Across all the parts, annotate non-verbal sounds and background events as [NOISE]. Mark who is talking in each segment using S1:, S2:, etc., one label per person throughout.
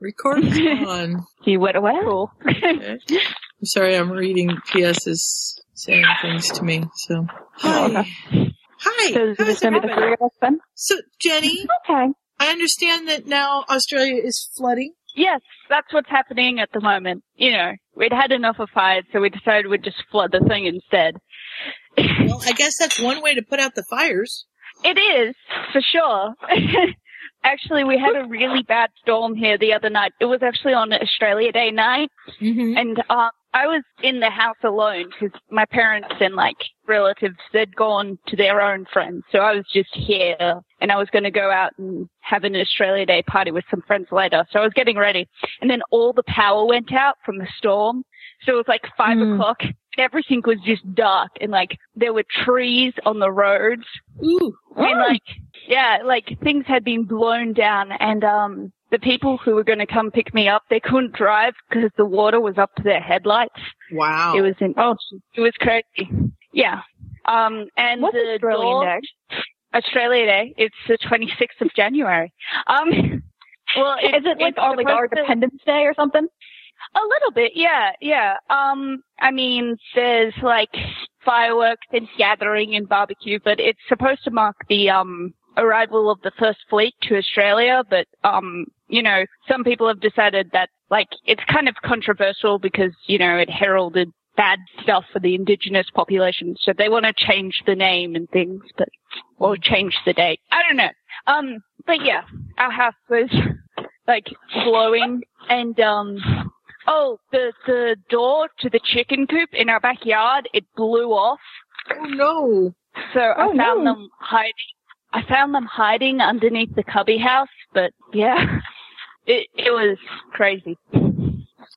S1: Record is on.
S2: He went away.
S3: [LAUGHS]
S2: Cool.
S1: Okay. I'm sorry, I'm reading PS's saying things to me. So, hi. Hi.
S2: So is
S1: how's
S2: this going to
S1: it
S2: be the
S1: happening?
S2: three of us then?
S1: So, Jenny,
S2: Okay.
S1: I understand that now Australia is flooding.
S3: Yes, that's what's happening at the moment. You know, we'd had enough of fires, so we decided we'd just flood the thing instead.
S1: Well, I guess that's one way to put out the fires.
S3: It is, for sure. [LAUGHS] actually, we had a really bad storm here the other night. It was actually on Australia Day night,
S1: Mm-hmm.
S3: and um, I was in the house alone because my parents and like relatives they'd gone to their own friends, so I was just here, and I was going to go out and have an Australia Day party with some friends later. So I was getting ready, and then all the power went out from the storm, so it was like five
S2: Hmm.
S3: o'clock. Everything was just dark, and like there were trees on the roads.
S1: Ooh.
S3: And like, yeah, like things had been blown down and, um, the people who were going to come pick me up, they couldn't drive because the water was up to their headlights.
S1: Wow.
S3: It was in,
S2: Oh,
S3: it was crazy. Yeah. Um, and
S2: what's
S3: the
S2: Australian
S3: door-
S2: Day?
S3: Australia Day. It's the 26th of January. Um, [LAUGHS] well, it,
S2: Is it like
S3: it's
S2: our like our
S3: supposed to-
S2: Dependence Day or something?
S3: a little bit, yeah, yeah. Um, I mean, there's like fireworks and gathering and barbecue, but it's supposed to mark the um arrival of the first fleet to Australia. But um, you know, some people have decided that like it's kind of controversial because you know it heralded bad stuff for the indigenous population, so they want to change the name and things, but or change the date. I don't know. Um, but yeah, our house was like blowing and um Oh, the the door to the chicken coop in our backyard it blew off.
S1: oh no.
S3: So
S2: Oh,
S3: I found
S2: no.
S3: them hiding. I found them hiding underneath the cubby house. But yeah, [LAUGHS] it it was crazy.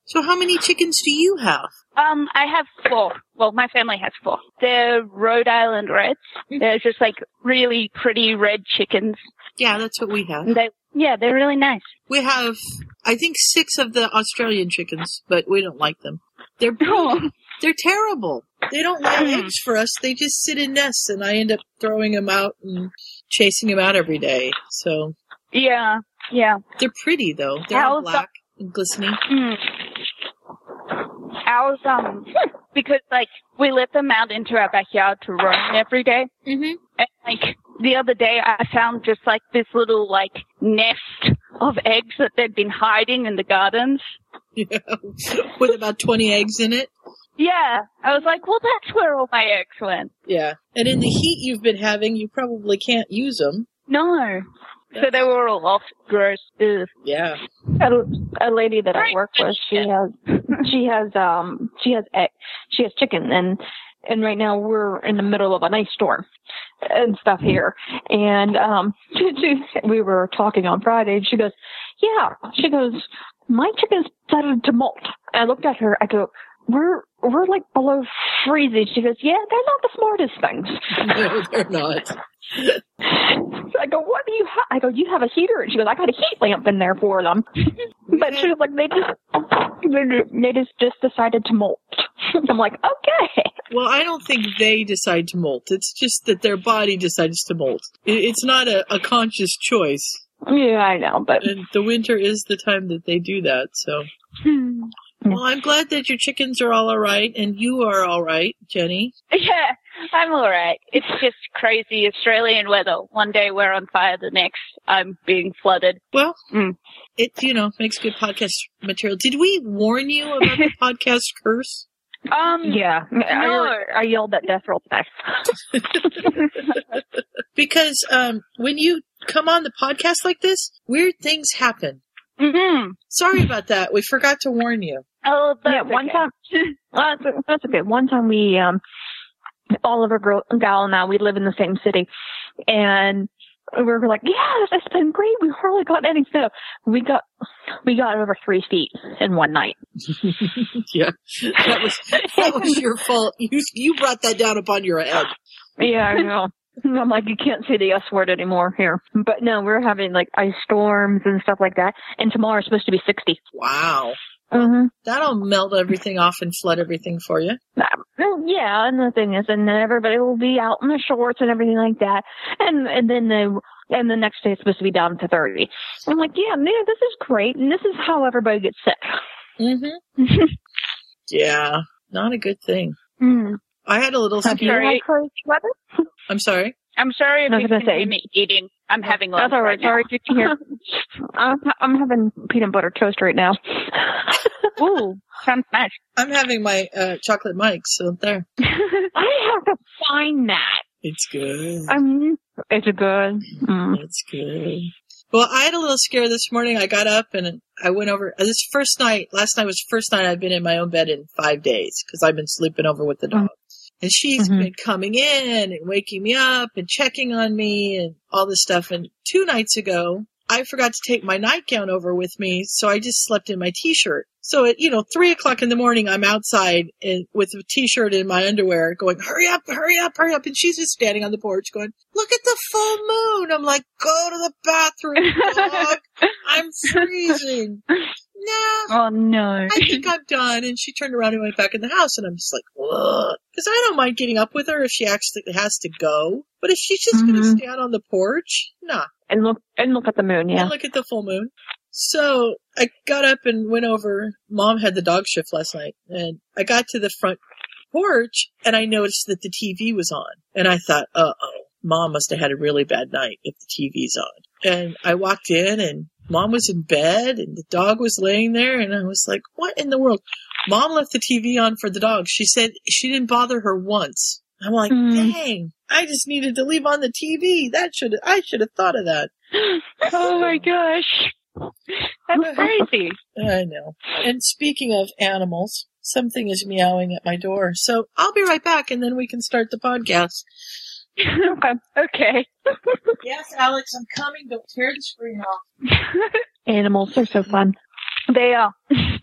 S1: So how many chickens do you have?
S3: Um, I have four. Well, my family has four. They're Rhode Island Reds.
S2: Mm.
S3: They're just like really pretty red chickens.
S1: Yeah, that's what we have.
S3: And they yeah, they're really
S2: [LAUGHS]
S3: nice. [LAUGHS]
S1: We have, I think, six of the Australian chickens, but we don't like them. They're
S3: Oh,
S1: they're terrible. They don't lay
S3: Hmm.
S1: eggs for us. They just sit in nests, and I end up throwing them out and chasing them out every day. So
S3: yeah, yeah.
S1: they're pretty though. They're all
S3: How's the-
S1: black and glistening. [LAUGHS]
S3: Mm. Ours, um, [LAUGHS] because like we let them out into our backyard to roam every day.
S1: Mm-hmm.
S3: And like the other day, I found just like this little like nest of eggs that they'd been hiding in the gardens.
S1: Yeah. With about twenty eggs in it.
S3: Yeah, I was like, well, that's where all my eggs went.
S1: Yeah. And in the heat you've been having, you probably can't use them.
S3: No, so they were all off. Gross. Ugh. [LAUGHS]
S1: Yeah.
S2: A, a lady that I
S3: Right.
S2: work with, she has she has um she has egg, she has chicken and and right now we're in the middle of an ice storm and stuff here and um [LAUGHS] she, she- we were talking on Friday and she goes yeah she goes my chickens started to molt and I looked at her I go we're we're like below freezing she goes yeah they're not the smartest
S1: [LAUGHS]
S2: things [LAUGHS]
S1: No, they're not.
S2: So I go, what do you have? I go, you have a heater, and she goes, I got a heat lamp in there for them. but she was like, they just, they just, just decided to molt. [LAUGHS] I'm like, okay,
S1: Well, I don't think they decide to molt. It's just that their body decides to molt. I- It's not a, a conscious choice.
S2: yeah, I know, but
S1: And the winter is the time that they do that, so.
S3: Hmm.
S1: Well, I'm glad that your chickens are all alright and you are alright, Jenny.
S3: Yeah, I'm all right. It's just crazy Australian weather. One day we're on fire, the next I'm being flooded.
S1: Well,
S3: Mm.
S1: it, you know, makes good podcast material. Did we warn you about
S3: [LAUGHS]
S1: the podcast curse?
S3: Um,
S2: yeah, I,
S3: No.
S2: I yelled at death roll today.
S1: Because, um, when you come on the podcast like this, weird things happen.
S3: mhm.
S1: Sorry about that. We forgot to warn you.
S3: Oh, that's
S2: yeah, one
S3: okay.
S2: time. [LAUGHS] Well, that's, that's okay. One time we, um, Oliver girl, gal and I, we live in the same city, and we were like, "Yes, it's been great. We hardly got any snow. We got, we got over three feet in one night."
S1: Yeah. That was, that was
S3: [LAUGHS]
S1: your fault. You, you brought that down upon your head.
S2: Yeah, I know. [LAUGHS] I'm like, you can't say the S word anymore here. But no, we're having like ice storms and stuff like that. And tomorrow's supposed to be 60.
S1: Wow.
S2: Mm-hmm.
S1: That'll melt everything off and flood everything for you.
S2: yeah, and the thing is, and then everybody will be out in their shorts and everything like that, and and then the and the next day it's supposed to be down to thirty. I'm like, yeah, man, this is great, and this is how everybody gets sick.
S1: Mm-hmm.
S3: [LAUGHS]
S1: yeah, not a good thing.
S2: Mm.
S1: I had a little.
S3: I'm
S1: Sp-
S2: Do you
S3: Sorry.
S2: like cold weather?
S1: I'm sorry.
S3: I'm sorry if
S2: I was
S3: you
S2: gonna
S3: can
S2: say-
S3: hear me eating. I'm having lunch
S2: That's all right.
S3: right now.
S2: Sorry, good to
S3: [LAUGHS]
S2: hear. [LAUGHS] I'm I'm having peanut butter toast right now.
S3: Ooh, sounds nice.
S1: I'm having my uh, chocolate mic, so there.
S2: [LAUGHS] I have to find that.
S1: It's good.
S2: I'm. It's a good. Mm.
S1: That's good. Well, I had a little scare this morning. I got up and I went over. uh, This first night, last night was the first night I've been in my own bed in five days because I've been sleeping over with the dog. And she's
S2: Mhm.
S1: been coming in and waking me up and checking on me and all this stuff. And two nights ago, I forgot to take my nightgown over with me, so I just slept in my t-shirt. So at, you know, three o'clock in the morning, I'm outside and with a t-shirt and my underwear going, hurry up, hurry up, hurry up. And she's just standing on the porch going, look at the full moon. I'm like, go to the bathroom, dog. I'm freezing. No,
S3: Oh
S2: Um,
S3: no.
S1: I think I'm done. And she turned around and went back in the house. And I'm just like, because I don't mind getting up with her if she actually has to go. But if she's just going to
S2: Mhm.
S1: stand on the porch, nah.
S2: And look and look at the
S1: And
S2: moon. [LAUGHS] Yeah.
S1: look at the full moon. So I got up and went over. Mom had the dog shift last night, and I got to the front porch and I noticed that the TV was on. And I thought, uh oh, mom must have had a really bad night if the TV's on. And I walked in, and mom was in bed, and the dog was laying there, and I was like, what in the world? Mom left the TV on for the dog. She said she didn't bother her once. I'm like,
S2: Hmm.
S3: Mm-hmm.
S1: dang, I just needed to leave on the TV. That should I should have thought of that.
S3: Oh my gosh.
S2: [LAUGHS]
S3: That's crazy.
S1: I know. And speaking of animals, something is meowing at my door. So I'll be right back and then we can start the podcast.
S2: okay.
S3: [LAUGHS] Okay.
S1: Yes, Alex, I'm coming. Don't tear the screen off.
S2: Animals are so fun.
S3: They uh, are.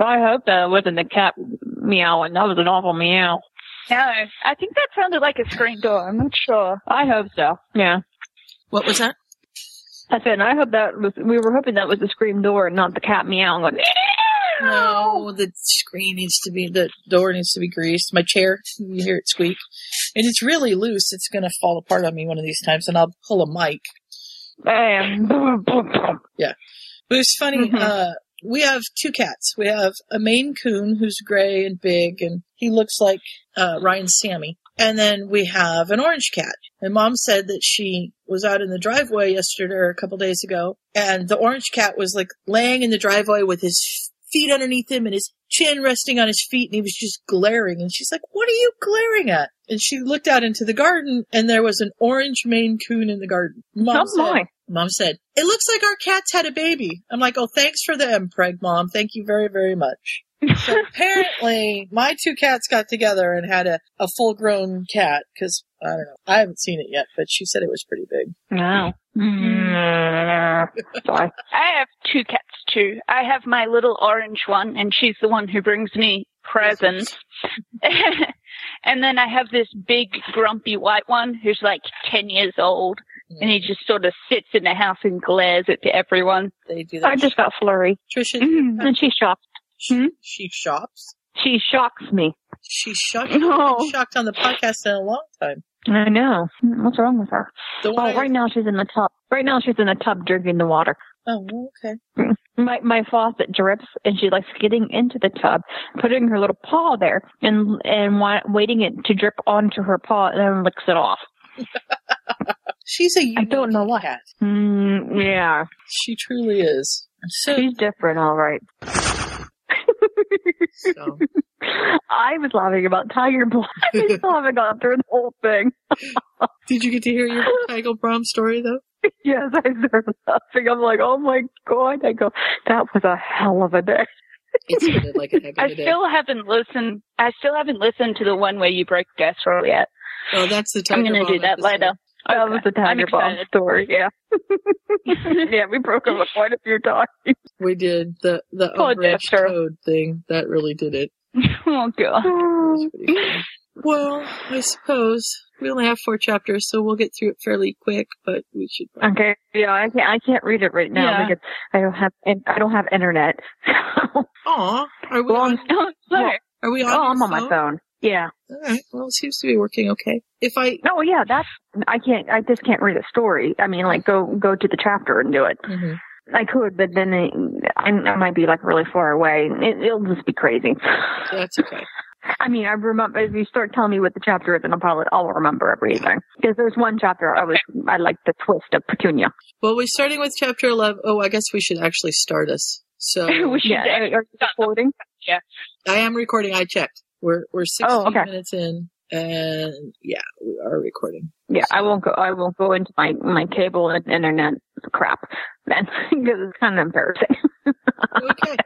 S2: I hope that wasn't the cat meowing. That was an awful meow.
S3: No, I think that sounded like a screen door. I'm not [LAUGHS] sure.
S2: I hope so. Yeah.
S1: What was that?
S2: I said, I hope that was, we were hoping that was the scream door and not the cat meowing. Like,
S1: No, the screen needs to be, the door needs to be greased. My chair, you hear it squeak. And it's really loose. It's going to fall apart on me one of these times and I'll pull a mic.
S2: [LAUGHS] Bam. Boom, boom, boom.
S1: But it's funny.
S2: Mhm.
S1: Uh, we have two cats. We have a Maine Coon who's gray and big, and he looks like uh, Ryan's Sammy. And then we have an orange cat. And Mom said that she was out in the driveway yesterday or a couple days ago, and the orange cat was like laying in the driveway with his feet underneath him and his chin resting on his feet, and he was just glaring. And she's like, "What are you glaring at?" And she looked out into the garden, and there was an orange Maine Coon in the garden. Mom
S2: Oh,
S1: said,
S2: my.
S1: Mom said, It looks like our cat's had a baby. I'm like, Oh, thanks for the impreg, Mom. Thank you very, very much.
S2: [LAUGHS]
S1: So apparently, my two cats got together and had a, a full grown cat because I don't know. I haven't seen it yet, but she said it was pretty big.
S2: No. Mm. Sorry.
S3: I have two cats too. I have my little orange one, and she's the one who brings me presents. [LAUGHS] and then I have this big grumpy white one who's like 10 years old, and he just sort of sits in the house and glares at everyone.
S1: They do
S2: I
S1: that.
S2: just Mm-hmm. Hmm? got flurry.
S1: Trisha,
S2: And she shocks.
S1: she, she shops.
S2: She shocks me.
S1: She shocked,
S2: No.
S1: shocked on the podcast in a long time.
S2: I know. What's wrong with her?
S1: The one
S2: Well,
S1: I-
S2: right now she's in the tub. Right now she's in the tub drinking the water.
S1: oh, well, okay.
S2: My my faucet drips, and she likes getting into the tub, putting her little paw there, and and wa- waiting it to drip onto her paw, and then licks it off.
S1: She's a
S2: I
S1: unique
S2: don't know why.
S1: cat.
S2: Mm, yeah,
S1: She truly is. [LAUGHS] So,
S2: she's different, all right.
S1: so.
S2: I was laughing about Tiger Blood. [LAUGHS] I still haven't gone through the whole thing.
S1: Did you get to hear
S2: [LAUGHS]
S1: your Tegelbrom story, though?
S2: Yes, I started laughing. I'm like, oh my god! I go, that was a hell of a day.
S1: It sounded like a heck of
S3: [LAUGHS] I
S1: a day.
S3: still haven't listened. I still haven't listened to the one where you broke Deathroll yet.
S1: Oh, that's the
S3: I'm
S1: Tiger
S3: going to do
S1: Bomb
S3: that
S1: episode.
S3: later.
S2: That
S3: Okay.
S2: was the
S3: I'm
S2: Tiger Bomb
S3: excited. [LAUGHS]
S2: story. Yeah, [LAUGHS] yeah, we broke over quite a few [LAUGHS] times.
S1: We did the the
S3: Poor
S1: unbranched
S3: Dexter.
S1: code thing. That really did it.
S3: oh god. [LAUGHS]
S1: It was pretty funny. Well, I suppose We only have four chapters, so we'll get through it fairly quick, but we should.
S2: Okay. Yeah, I can't. I can't read it right now
S3: Yeah.
S2: because I don't have. and I don't have internet. [LAUGHS] So,
S1: Aw, are we
S2: well,
S3: [LAUGHS]
S1: on?
S2: I'm,
S3: Oh, sorry.
S1: Are we
S2: oh,
S1: on? your
S2: I'm on my phone. Yeah.
S1: All right. Well, it seems to be working okay. If I
S2: No. Yeah. That's. I can't. I just can't read a story. I mean, like go go to the chapter and do it.
S1: mm-hmm.
S2: I could, but then it, I, I might be like really far away. It, it'll just be crazy.
S1: that's okay.
S2: I mean, I remember if you start telling me what the chapter is, then I'll probably I'll remember everything because there's one chapter I was I like the twist of Petunia.
S1: Well, we're starting with chapter eleven. Oh, I guess we should actually start us. So
S3: [LAUGHS] we should
S2: yeah, are, are you recording?
S1: I am recording. I checked. We're we're sixteen
S2: Oh, okay.
S1: minutes in, and yeah, we are recording.
S2: Yeah, I won't go. I won't go into my my cable and internet crap then [LAUGHS] because it's kind of embarrassing [LAUGHS]
S1: Okay.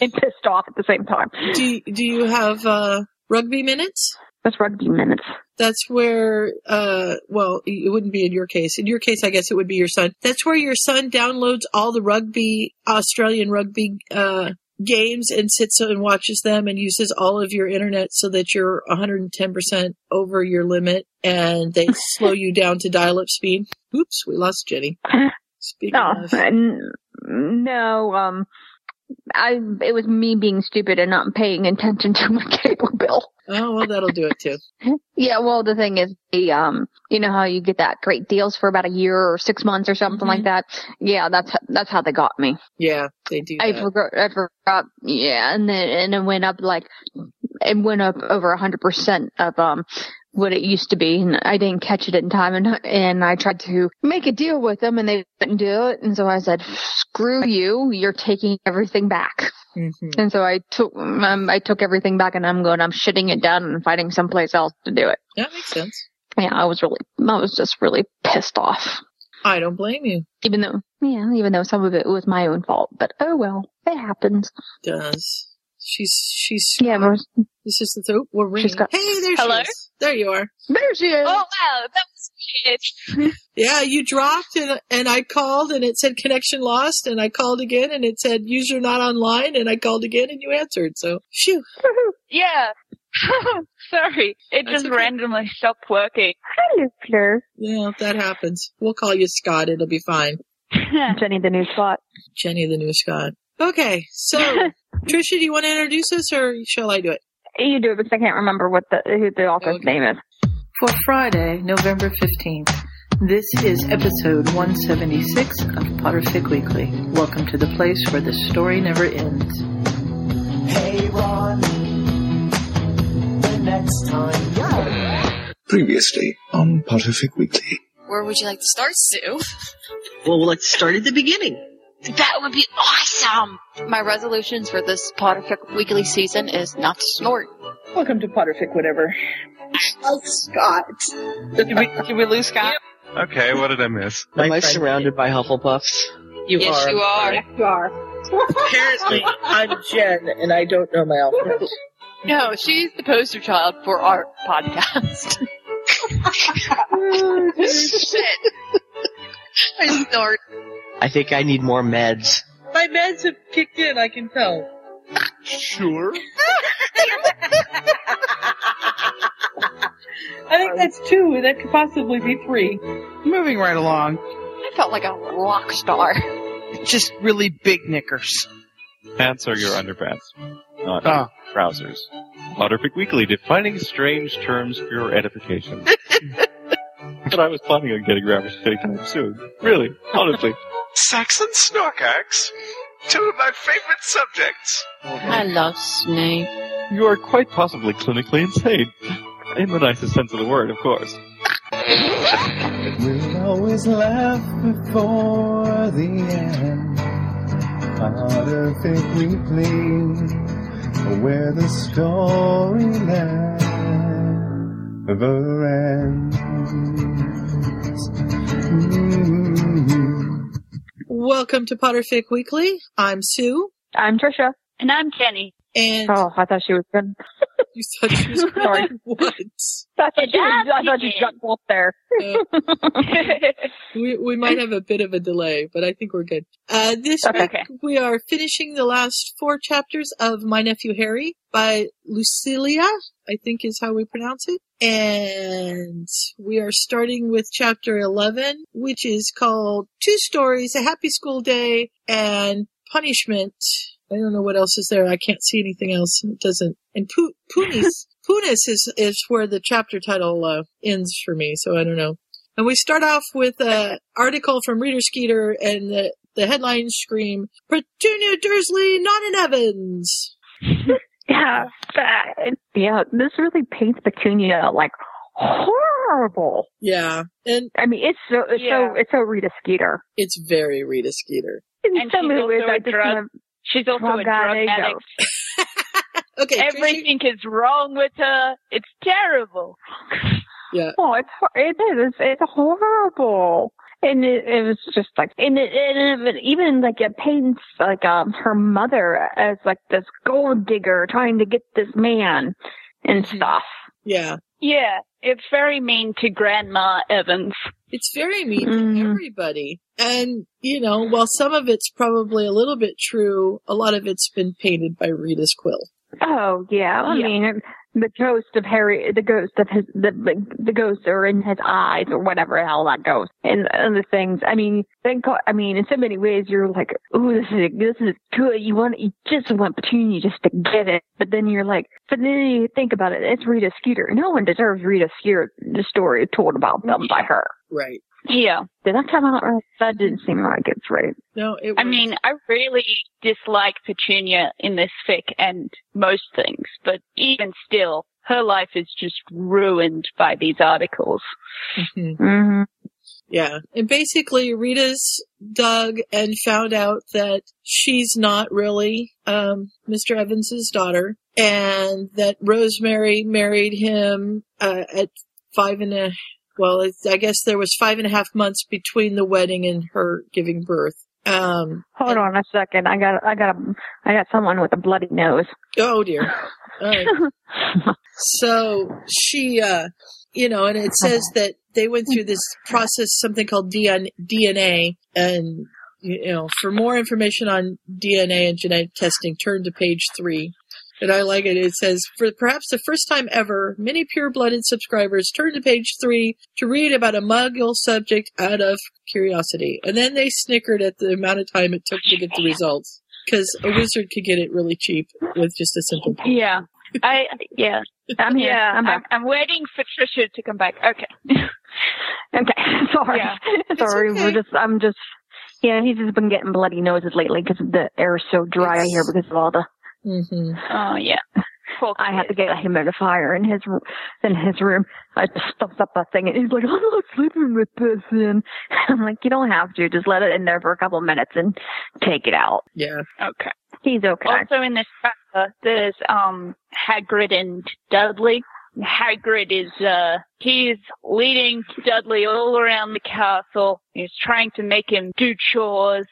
S2: and pissed off at the same time.
S1: do you- Do you have uh, rugby minutes?
S2: That's rugby minutes.
S1: That's where, uh, well, it wouldn't be in your case. In your case, I guess it would be your son. That's where your son downloads all the rugby, Australian rugby, uh, games and sits and watches them and uses all of your internet so that you're 110% over your limit and
S2: [LAUGHS]
S1: they slow you down to dial up speed. Oops, we lost
S2: [LAUGHS]
S1: Jenny. Speaking
S2: No,
S1: of,
S2: Oh, n- no. Um, I it was me being stupid and not paying attention to my [LAUGHS] cable bill.
S1: oh, well, that'll do it too.
S2: Yeah, well, the thing is, the um, you know how you get that great deals for about a year or six months or something like
S1: Mhm.
S2: that. Yeah, that's that's how they got me.
S1: Yeah, they do
S2: I
S1: that.
S2: forgot, I forgot. Yeah, and then and it went up like it went up over a hundred percent of um what it used to be, and I didn't catch it in time, and and I tried to make a deal with them, and they wouldn't do it, and so I said, "Screw you! You're taking everything back."
S1: hmm
S2: And so I took um, I took everything back, and I'm going, I'm shitting it down and finding someplace else to do it
S1: That makes sense.
S2: yeah, I was really, I was just really pissed off.
S1: I don't blame you.
S2: Even though, yeah, even though some of it was my own fault, but oh well, it happens.
S1: Does. She's, she's,
S2: Yeah, but it was-
S1: This is the throat. We're ringing.
S2: She's got-
S1: hey, there
S3: Hello?
S1: she is. There you are.
S2: there she is.
S3: Oh, wow. That was weird. [LAUGHS]
S1: Yeah, you dropped and and I called and it said connection lost and I called again and it said user not online and I called again and you answered. So, phew.
S3: Yeah. [LAUGHS] Sorry. It
S1: That's
S3: just
S1: okay.
S3: randomly stopped working.
S2: Hello, Claire.
S1: Yeah, if that happens. We'll call you Scott. It'll be fine.
S2: Jenny, the new spot.
S1: Jenny, the new Scott. Okay,
S2: [LAUGHS]
S1: so Trisha, do you want to introduce us or shall I do it?
S2: You do it because I can't remember what the who the author's
S1: Okay.
S2: name is.
S4: For Friday, November 15th, this is episode 176 of Potterfic Weekly. Welcome to the place where the story never ends.
S5: Hey Ron, the next time.
S1: [LAUGHS]
S6: Previously on Potterfic Weekly.
S7: Where would you like to start, Sue?
S8: Well, let's start at the beginning.
S7: That would be awesome! My resolutions for this Potterfic weekly season is not to snort.
S9: Welcome to Potterfic Whatever. Scott. Did we, did we lose Scott?
S10: Okay, what did I miss?
S9: My
S8: Am I
S9: friend-
S8: surrounded by Hufflepuffs?
S9: You
S7: yes,
S9: are.
S7: you are.
S9: You are. Apparently, I'm Jen, and I don't know my alphabet.
S7: No, she's the poster child for our podcast. Shit. I snort.
S8: I think I need more meds.
S9: My meds have kicked in, I can tell.
S10: Sure.
S9: I think that's two, that could possibly be three. Moving right along.
S7: I felt like a rock star.
S9: Just really big knickers.
S10: Pants are your underpants, not
S9: Ah.
S10: your trousers. Potterfic Weekly, defining strange terms for your edification. but I was planning on getting ravished anytime soon. Really, honestly.
S6: Saxon Snorkax, two of my favorite subjects.
S7: I love Snape.
S10: You are quite possibly clinically insane. In the nicest sense of the word, of course.
S6: We'll always laugh before the end. Potterfic Weekly, where the story never ends. Mm.
S1: Welcome to Potterfic Weekly. I'm Sue
S2: I'm Trisha.
S3: And I'm Jenny. [LAUGHS]
S1: and
S2: Oh, I thought she was good.
S1: [LAUGHS] you thought she was
S2: Sorry.
S1: what?
S2: Thought she,
S3: That's
S2: I thought you
S3: it.
S2: jumped off there.
S7: Oh. [LAUGHS]
S1: We, we might have a bit of a delay, but I think we're good. Uh, this
S2: Okay.
S1: week we are finishing the last four chapters of My Nephew Harry, by Lucilia, I think is how we pronounce it. And we are starting with chapter 11, which is called Two Stories, A Happy School Day, and Punishment. I don't know what else is there. I can't see anything else. It doesn't. And Pu- Punis. Punis is, is where the chapter title uh, ends for me, so I don't know. And we start off with an article from Reader Skeeter, and the, the headlines scream, Petunia Dursley, not an Evans.
S2: [LAUGHS] Yeah, that- yeah. This really paints Petunia like horrible.
S1: Yeah, and
S2: I mean it's so it's
S3: Yeah.
S2: so it's so Rita Skeeter.
S1: It's very Rita Skeeter.
S2: In
S3: And
S2: some
S3: she's also
S2: ways,
S3: a
S2: I just
S3: drug-
S2: wanna-
S3: She's also a
S2: Drug
S3: drug
S2: addict.
S3: addict.
S1: Okay, Tracy,
S3: Everything is wrong with her. It's terrible.
S1: yeah,
S2: Oh, it's hor- it is. It's, it's horrible. And it, it was just like, and it, and it even like it paints like um her mother as like this gold digger trying to get this man and stuff.
S1: yeah.
S3: Yeah, it's very mean to Grandma Evans.
S1: It's very mean
S2: Mhm.
S3: Mm-hmm.
S1: to everybody. And, you know, while some of it's probably a little bit true, a lot of it's been painted by Rita's quill.
S2: Oh yeah, I
S3: Yeah.
S2: mean the ghost of Harry, the ghost of his, the the ghosts are in his eyes or whatever the hell that goes, and and the things. I mean, thank God. I mean, in so many ways, you're like, oh, this is this is good. You want you just want Petunia just to get it, but then you're like, but then you think about it. It's Rita Skeeter. No one deserves Rita Skeeter. The story told about them by her.
S1: Right.
S3: Yeah.
S2: Did that come out right? That didn't seem like it's right.
S1: No, it
S3: I
S1: was-
S3: mean, I really dislike Petunia in this fic and most things, but even still, her life is just ruined by these articles.
S1: [LAUGHS] Mhm.
S2: hmm
S1: yeah. And basically, Rita's dug and found out that she's not really um, Mr. Evans's daughter, and that Rosemary married him uh, at five and a. Well, it- I guess there was five and a half months between the wedding and her giving birth. Um,
S2: Hold on a second. I got I got a, I got someone with a bloody nose. [LAUGHS]
S1: oh dear. All right. So she, uh, you know, and it says that they went through this process, something called DN- DNA, and you know, for more information on DNA and genetic testing, turn to page three. And I like it. It says, for perhaps the first time ever, many pure-blooded subscribers turned to page three to read about a muggle subject out of curiosity, and then they snickered at the amount of time it took to get the results because a wizard could get it really cheap with just a simple.
S3: Yeah. I, yeah.
S2: I'm here.
S3: Yeah.
S2: I'm back.
S3: I'm, I'm waiting for Trisha to come back. Okay.
S2: Okay, [LAUGHS] sorry,
S3: Yeah.
S2: sorry.
S1: It's
S2: We're
S1: okay.
S2: just, I'm just, yeah. He's just been getting bloody noses lately because the air's so dry out here because of all the.
S1: Mm-hmm.
S3: Oh, yeah. Poor
S2: I had to
S3: kid.
S2: get a humidifier in his r- in his room. I just stuffed up a thing, and he's like, [LAUGHS] "I'm not sleeping with this in." [LAUGHS] I'm like, "You don't have to. Just let it in there for a couple minutes and take it out."
S1: Yeah.
S3: Okay.
S2: He's okay.
S3: Also in this chapter, there's um Hagrid and Dudley. Hagrid is uh he's leading Dudley all around the castle. He's trying to make him do chores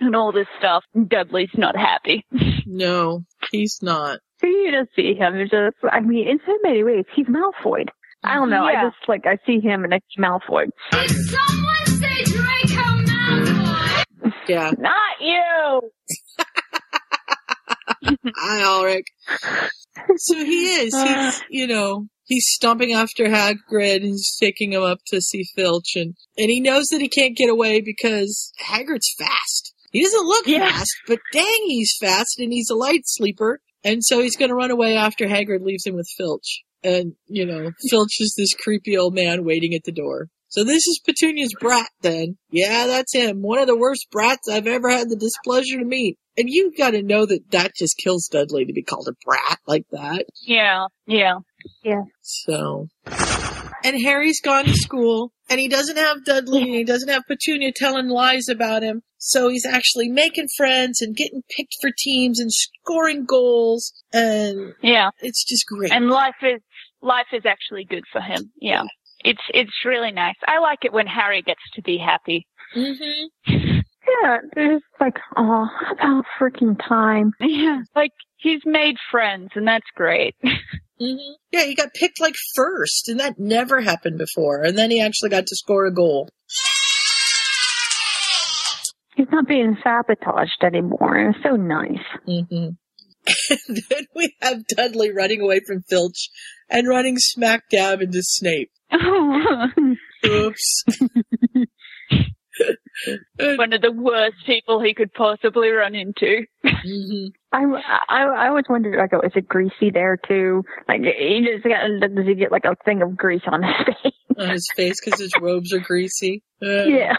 S3: and all this stuff. Dudley's not happy.
S1: No, he's not.
S2: For you to see him, it's just, I mean, in so many ways, he's Malfoyed. I don't know.
S3: Yeah.
S2: I just like I see him and it's Malfoy.
S1: Yeah.
S2: Not you.
S1: [LAUGHS] Hi, Ulrich. So he is. He's, you know, he's stomping after Hagrid. He's taking him up to see Filch. And, and he knows that he can't get away because Hagrid's fast. He doesn't look
S3: Yeah.
S1: fast, but dang, he's fast and he's a light sleeper. And so he's going to run away after Hagrid leaves him with Filch. And, you know, Filch is this creepy old man waiting at the door. So this is Petunia's brat then. Yeah, that's him. One of the worst brats I've ever had the displeasure to meet. And you gotta know that that just kills Dudley to be called a brat like that.
S3: Yeah, yeah.
S1: So. And Harry's gone to school, and he doesn't have Dudley, and he doesn't have Petunia telling lies about him. So he's actually making friends and getting picked for teams and scoring goals, and
S3: Yeah.
S1: it's just great.
S3: And life is life is actually good for him. Yeah. It's it's really nice. I like it when Harry gets to be happy. [LAUGHS]
S1: hmm
S2: Yeah, it's like, oh, about freaking time.
S3: Yeah. Like he's made friends and that's great.
S1: hmm Yeah, he got picked like first, and that never happened before. And then he actually got to score a goal.
S2: He's not being sabotaged anymore. It's so nice.
S1: hmm And [LAUGHS] then we have Dudley running away from Filch and running smack dab into Snape. Oops. [LAUGHS]
S3: One of the worst people he could possibly run into.
S2: I, I, I always wondered, I go, is it greasy there too? Like, he just got, does he get like a thing of grease on his [LAUGHS] face?
S1: on his face because his robes are greasy. Ugh.
S2: Yeah.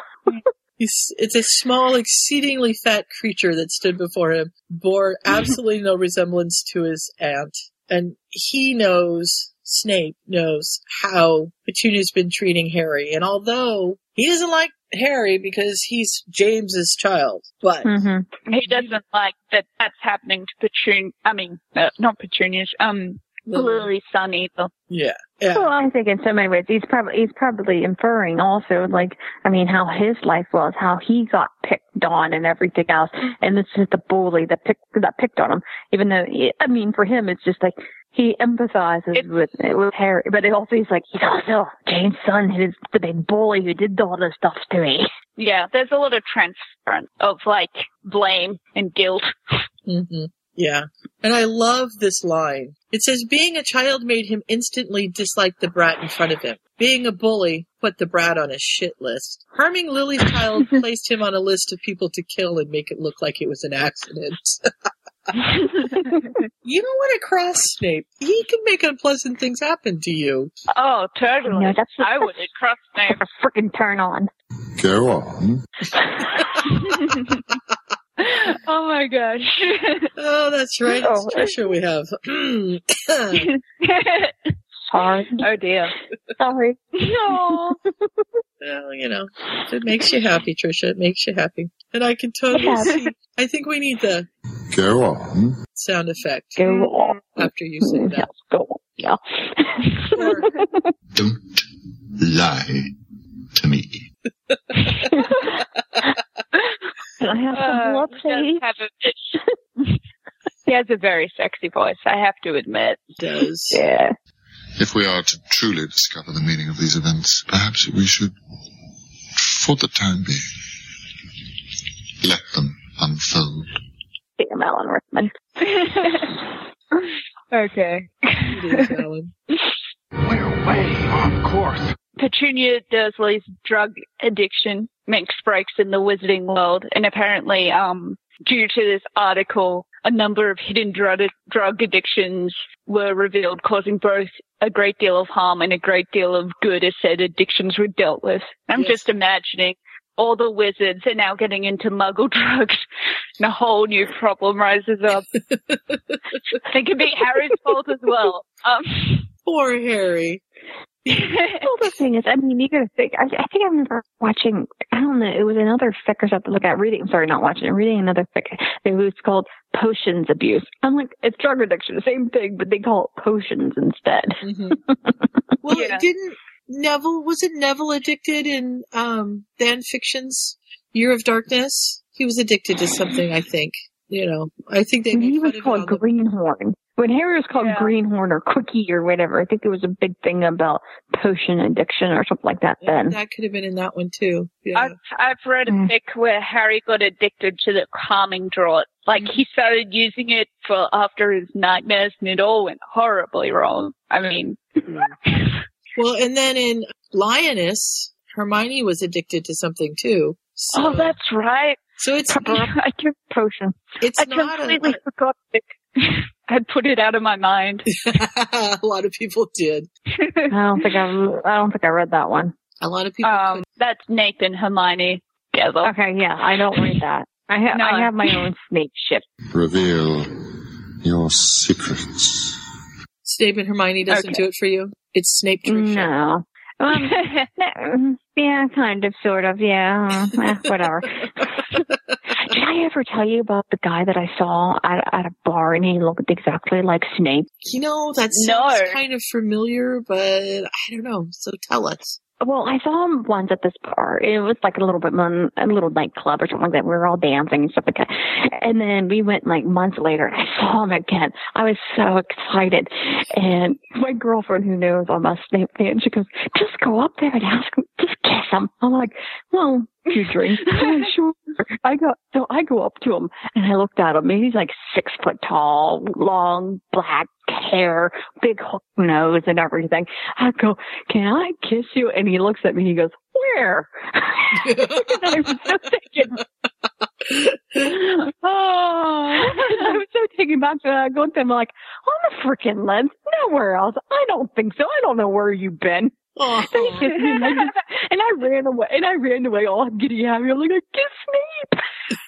S1: He's, it's a small, exceedingly fat creature that stood before him, bore absolutely no resemblance to his aunt. And he knows, Snape knows, how Petunia's been treating Harry. And although he doesn't like Harry because he's James's child, but
S3: He doesn't like that that's happening to Petunia. I mean, uh, not Petunia's, um,
S1: Lily.
S3: Lily's son either.
S1: yeah. yeah.
S2: Well, I think in so many ways, he's probably he's probably inferring also, like, I mean, how his life was, how he got picked on, and everything else, and this is the bully that picked that picked on him. Even though, he, I mean, for him, it's just like he empathizes with with Harry, but it also he's like he's also James' son, who's the big bully who did all this stuff to me. [LAUGHS]
S3: Yeah, there's a lot of transference of like blame and guilt.
S1: hmm Yeah. And I love this line. It says, being a child made him instantly dislike the brat in front of him. Being a bully put the brat on a shit list. Harming Lily's child placed him on a list of people to kill and make it look like it was an accident. [LAUGHS] you don't want to cross Snape. He can make unpleasant things happen to you.
S3: Oh, totally.
S1: No, that's-
S3: I would have crossed [LAUGHS] names.
S2: A freaking turn on.
S11: Go on.
S3: oh my gosh.
S1: Oh, that's right. It's
S3: Oh.
S1: Trisha we have. [CLEARS THROAT]
S3: [LAUGHS]
S2: Sorry.
S3: Oh dear.
S2: Sorry.
S3: No.
S1: well, you know, if it makes you happy, Trisha. It makes you happy. And I can totally
S11: Yeah.
S2: [LAUGHS]
S1: see. I think we need the
S11: Go on.
S1: sound effect
S11: Go on.
S1: after you say that.
S2: Go on. [LAUGHS] Yeah. [LAUGHS]
S11: Lie.
S2: Can
S3: Uh,
S2: I have
S1: Uh,
S2: some more, please?
S3: he has a very sexy voice, I have to [LAUGHS] admit.
S1: Does.
S2: Yeah.
S11: If we are to truly discover the meaning of these events, perhaps we should, for the time being, let them unfold.
S2: Damn, Alan Rickman.
S3: okay.
S6: We're way off course.
S3: Petunia Dursley's drug addiction makes breaks in the wizarding world, and apparently, um, due to this article, a number of hidden drug, drug addictions were revealed, causing both a great deal of harm and a great deal of good as said addictions were dealt with. I'm
S1: Yes.
S3: just imagining all the wizards are now getting into muggle [LAUGHS] drugs, and a whole new problem rises up. it could be Harry's fault as well. Um, [LAUGHS]
S1: Poor Harry.
S2: well, the thing is, I mean, you gotta think. I, I think I remember watching. I don't know. It was another fic or something. Look at reading. I'm sorry, not watching. Reading another fic. It was called potions abuse. I'm like, it's drug addiction, the same thing, but they call it potions instead.
S1: Mm-hmm.
S2: [LAUGHS]
S1: Well, it didn't Neville was it Neville addicted in um Dan Fiction's Year of Darkness? He was addicted to something, I think. You know, I think they made
S2: he
S1: fun
S2: was
S1: of it on
S2: called
S1: the-
S2: Greenhorn. When Harry was called
S1: Yeah.
S2: Greenhorn or Cookie or whatever, I think there was a big thing about potion addiction or something like that. Then
S1: that could have been in that one too. Yeah.
S3: I've, I've read a fic where Harry got addicted to the calming draught. Like he started using it for after his nightmares, and it all went horribly wrong. I mean,
S1: Well, and then in Lioness, Hermione was addicted to something too. So,
S3: oh, that's right.
S1: So it's
S2: [LAUGHS]
S3: I took potion.
S1: It's
S3: I
S1: not a-
S3: completely forgot. It. [LAUGHS] I'd put it out of my [LAUGHS] mind.
S1: [LAUGHS] a lot of people did.
S2: I don't think I. I don't think I read that one.
S1: A lot of people.
S2: Oh.
S3: Um, that's Nathan Hermione together.
S2: Okay, yeah, I don't read that. I have.
S3: No.
S2: I have my own snake ship.
S11: Reveal your secrets.
S1: Snape and Hermione doesn't
S2: Okay.
S1: do it for you. It's Snape.
S3: Ah.
S2: No.
S3: [LAUGHS]
S2: Um, no, [LAUGHS] yeah, kind of, sort of, yeah, eh, whatever. [LAUGHS] Did I ever tell you about the guy that I saw at, at a bar and he looked exactly like Snape?
S1: You know, that sounds kind of familiar, but I don't know. So tell
S2: [LAUGHS]
S1: us.
S2: Well, I saw him once at this bar. It was like a little bit mon- a little nightclub or something like that. We were all dancing and stuff like that. And then we went like months later and I saw him again. I was so excited. And my girlfriend who knows I'm a Snape fan, she goes, Just go up there and ask him, just kiss him. I'm like, Well, you drink. [LAUGHS] "Oh, sure. I go, so I go up to him and I looked at him and he's like six foot tall, long black hair, big hook nose and everything. I go, can I kiss you? And he looks at me and he goes, where? [LAUGHS] and I was so [LAUGHS] taken. oh, I was so taken back that I go to him like, on the freaking lens, nowhere else. I don't think so. I don't know where you've been. [LAUGHS]
S1: Oh.
S2: And, he kissed me and, I just, and I ran away. And I ran away all giddy happy. I'm like, kiss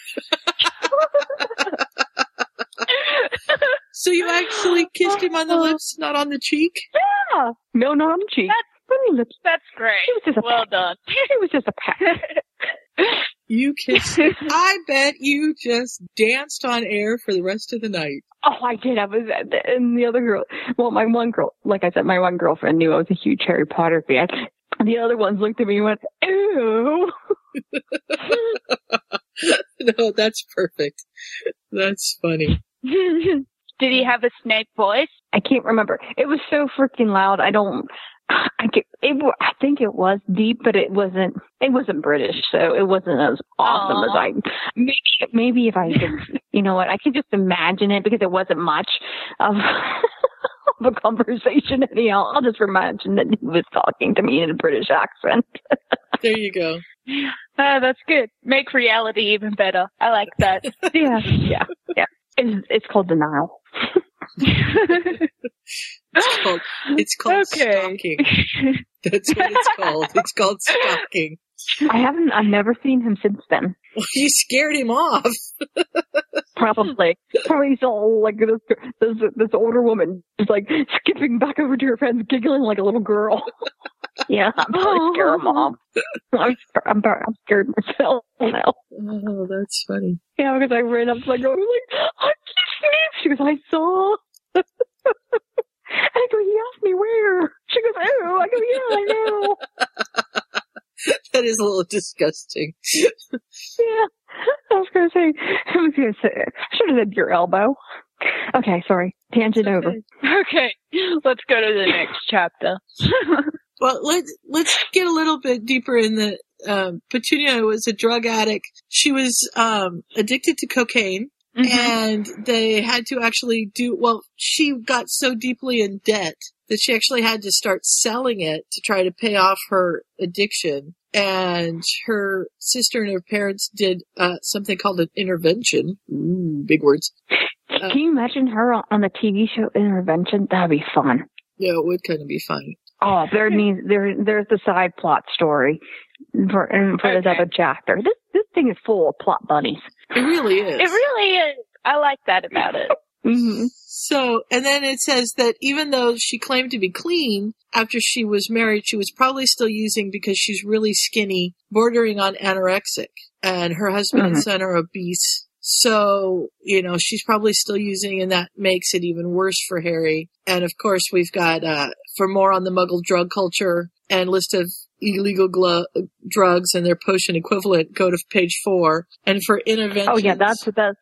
S1: me. so you actually kissed him on the lips, not on the cheek?
S2: Yeah. No, not on the cheek. That's, on the lips.
S3: [LAUGHS] That's great.
S2: It was just a
S3: well
S2: peck.
S3: done.
S2: It was just a peck.
S1: You kissed him. I bet you just danced on air for the rest of the night.
S2: [LAUGHS]
S1: [LAUGHS]
S2: Oh, I did. I was, and the other girl, well, my one girl, like I said, my one girlfriend knew I was a huge Harry Potter fan. The other ones looked at me and went, ew.
S1: no, that's perfect. That's funny.
S3: Did he have a snake voice?
S2: I can't remember. It was so freaking loud. I don't, I get, it, wa- I think it was deep, but it wasn't, it wasn't British, so it wasn't as awesome
S3: Aw.
S2: as I, maybe, maybe if I could, [LAUGHS] you know what, I could just imagine it because it wasn't much of, [LAUGHS] of a conversation anyhow. I'll just imagine that he was talking to me in a British accent.
S1: There you go.
S3: Oh, that's good. Make reality even better. I like that. [LAUGHS]
S2: yeah, [LAUGHS] yeah, yeah. It's, it's called denial.
S1: It's called, it's called stalking. That's what it's called. It's
S2: [LAUGHS]
S1: called stalking.
S2: I haven't, I've never seen him since then.
S1: Well, you scared him off.
S2: Probably. Probably he's all like this, this, this older woman is like skipping back over to her friends, giggling like a little girl. [LAUGHS] Oh. yeah, I'm probably scared of mom. I'm, sc- I'm, bar- I'm scared myself now.
S1: Oh, that's funny.
S2: Yeah, because I ran up to my girl and was like, I kissed me. She goes, I saw. [LAUGHS] And I go, he asked me where. She goes, oh. I go, yeah, I know.
S1: That is a little [LAUGHS] disgusting.
S2: Yeah, I was gonna say, [LAUGHS] I was gonna say, I should have said your elbow. Okay, sorry, tangent over.
S3: Okay, let's go to the next chapter.
S1: Well, let's let's get a little bit deeper in the. Um, Petunia was a drug addict. She was um, addicted to cocaine,
S3: Mm-hmm.
S1: and they had to actually do. Well, she got so deeply in debt that she actually had to start selling it to try to pay off her addiction. And her sister and her parents did uh, something called an intervention. Ooh, big words.
S2: Can you imagine her on- on the TV show Intervention? That'd be fun.
S1: Yeah, it would kind of be funny.
S2: Oh, there needs there there's the side plot story for and for this
S3: Okay.
S2: other chapter. This this thing is full of plot bunnies.
S1: It really is.
S3: It really is. I like that about it.
S2: hmm
S1: So, and then it says that even though she claimed to be clean after she was married, she was probably still using because she's really skinny, bordering on anorexic, and her husband and
S2: Mhm.
S1: son are obese. So, you know, she's probably still using, and that makes it even worse for Harry. And of course, we've got, uh, for more on the muggle drug culture and list of illegal glo- drugs and their potion equivalent, go to page four. And for interventions,
S2: Oh yeah, that's that's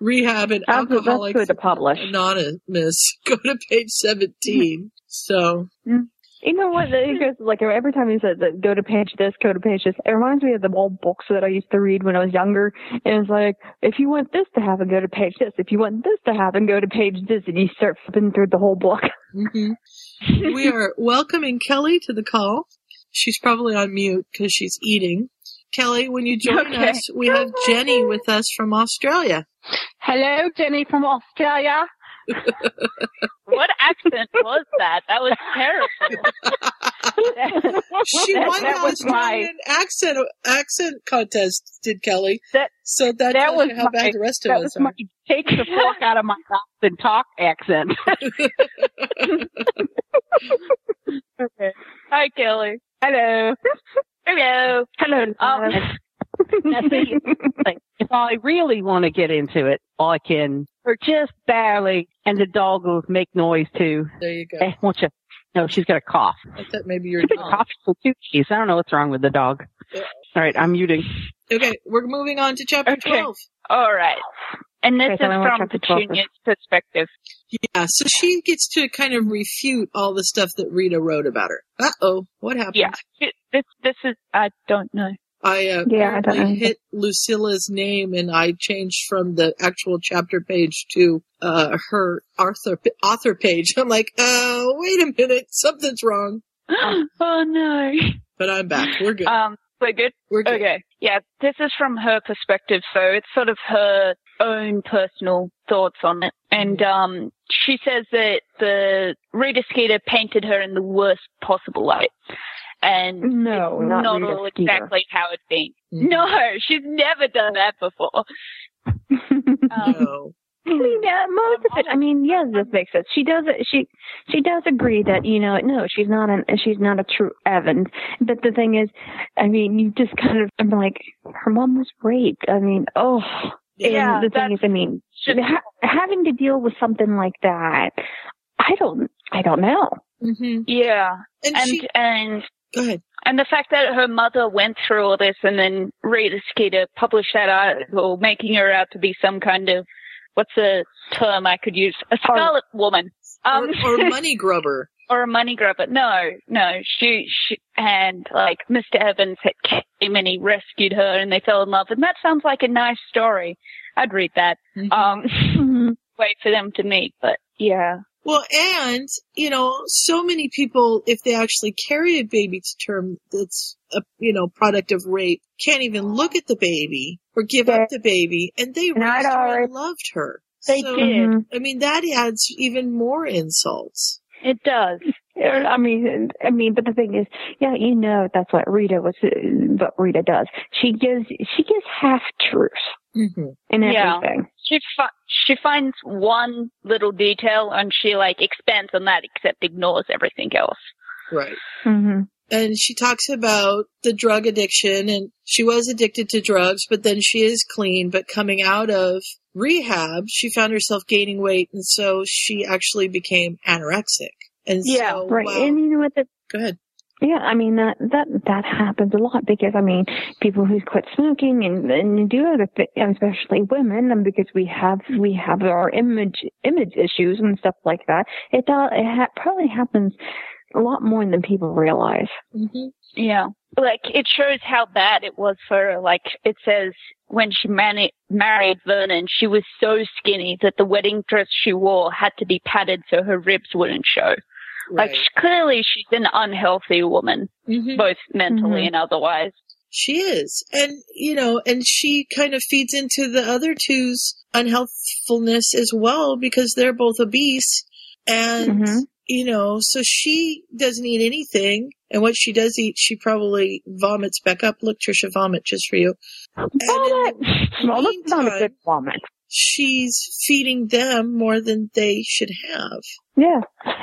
S1: rehab and
S2: that's, that's
S1: alcoholics
S2: good
S1: [LAUGHS]
S2: to publish.
S1: anonymous. [LAUGHS] Go to page 17. So,
S2: You know what? It goes like every time you said that, go to page this, go to page this. It reminds me of the old books that I used to read when I was younger. And it's like, if you want this to happen, go to page this. If you want this to happen, go to page this. And you start flipping through the whole book. [LAUGHS]
S1: mhm. we are welcoming Kelly to the call. She's probably on mute because she's eating. Kelly, when you join
S3: Okay.
S1: us, we have Jenny with us from Australia.
S2: Hello, Jenny from Australia.
S3: What accent was that? That was terrible.
S1: She
S2: That-
S1: won
S2: that
S1: the
S2: was my-
S1: Australian accent accent contest, did Kelly?
S9: That-
S1: so that,
S9: that
S1: tells you
S9: was
S1: how
S9: my-
S1: bad the rest
S9: that
S1: of
S9: was
S1: us are.
S9: my [LAUGHS] take the fork out of my mouth and talk accent.
S3: okay. Hi, Kelly.
S9: Hello.
S3: Hello.
S2: Hello.
S3: Um,
S2: Laura.
S9: Now, see, like, if I really want to get into it, I can, or just barely, and the dog will make noise too.
S1: There you go.
S9: Eh, won't you? No, she's got a cough.
S1: I thought maybe you're
S9: She's [LAUGHS] been coughing for two days. I don't know what's wrong with the dog.
S1: Yeah.
S9: All right, I'm muting.
S1: Okay, we're moving on to chapter
S3: Okay.
S1: 12.
S3: All right. And this
S2: Okay, so I
S3: is
S2: want
S3: from
S2: chapter 12 first.
S3: Petunia's perspective.
S1: Yeah, so she gets to kind of refute all the stuff that Rita wrote about her. Uh oh, what happened?
S3: Yeah. This, this is, I don't know.
S1: I uh,
S2: Yeah, I don't
S1: apparently
S2: know.
S1: hit Lucilla's name and I changed from the actual chapter page to uh, her author author page. I'm like, oh, wait a minute, something's wrong.
S3: [GASPS] oh no.
S1: But I'm back. We're good.
S3: Um, we're good.
S1: We're good.
S3: Okay. Yeah, this is from her perspective, so it's sort of her own personal thoughts on it. And
S2: Mm-hmm.
S3: um, she says that the Rita Skeeter painted her in the worst possible light. And
S2: No,
S3: it's
S2: not
S3: not,
S2: Rita
S3: all
S2: Skeeter. Mm-hmm.
S3: exactly how it's been.
S1: Mm-hmm.
S3: No, she's never done that
S2: [LAUGHS]
S3: before.
S2: Oh.
S1: no.
S2: Yeah, most of it. I mean, yes, this makes sense. She does. She she does agree that you know, no, she's not an she's not a true Evans. But the thing is, I mean, you just kind of I'm like, her mom was raped. I mean, oh, And
S3: Yeah,
S2: the thing is, I mean, ha- having to deal with something like that, I don't, I don't know.
S1: Mm-hmm.
S3: Yeah,
S1: and
S3: and,
S1: she-
S3: and
S1: Go ahead.
S3: And the fact that her mother went through all this and then Rita Skeeter published that article, making her out to be some kind of, what's a term I could use? A scarlet woman. Um,
S1: Oh. Or
S3: [LAUGHS]
S1: money grubber.
S3: or a money grubber. No, no. She, she, and like Mr. Evans had came and he rescued her and they fell in love. And that sounds like a nice story. I'd read that.
S1: Mm-hmm.
S3: Um, [LAUGHS] wait for them to meet, but yeah.
S1: Well, and, you know, so many people, if they actually carry a baby to term that's, a, you know, product of rape, can't even look at the baby or give up the baby. And they raised her and loved her.
S3: They
S1: So,
S2: Mm-hmm.
S3: did.
S1: I mean, that adds even more insults.
S3: It does.
S2: Or, I mean, I mean, but the thing is, yeah, you know, that's what Rita was, what Rita does. She gives, she gives half truths in everything.
S3: She fi- she finds one little detail and she like expands on that, except ignores everything else.
S1: Right.
S2: Mm-hmm.
S1: and she talks about the drug addiction and she was addicted to drugs but then she is clean but coming out of rehab she found herself gaining weight and so she actually became anorexic and
S2: yeah,
S1: so
S2: right.
S1: wow,
S2: And you know what? The,
S1: go ahead.
S2: Yeah, I mean that that that happens a lot because I mean people who quit smoking and and do other things, especially women, and because we have we have our image image issues and stuff like that. It does it ha- probably happens a lot more than people realize.
S3: Yeah. Like it shows how bad it was for her. Like it says when she mani- married Vernon, she was so skinny that the wedding dress she wore had to be padded so her ribs wouldn't show. Like
S1: Right.
S3: she, clearly she's an unhealthy woman,
S1: Mhm.
S3: both mentally
S1: Mhm.
S3: and otherwise.
S1: She is. And, you know, and she kind of feeds into the other two's unhealthfulness as well because they're both obese. And, you know, so she doesn't eat anything. And what she does eat, she probably vomits back up. Look, Trisha, vomit just for you. Vomit!
S2: Vomit's not a good vomit.
S1: She's feeding them more than they should have.
S2: Yeah,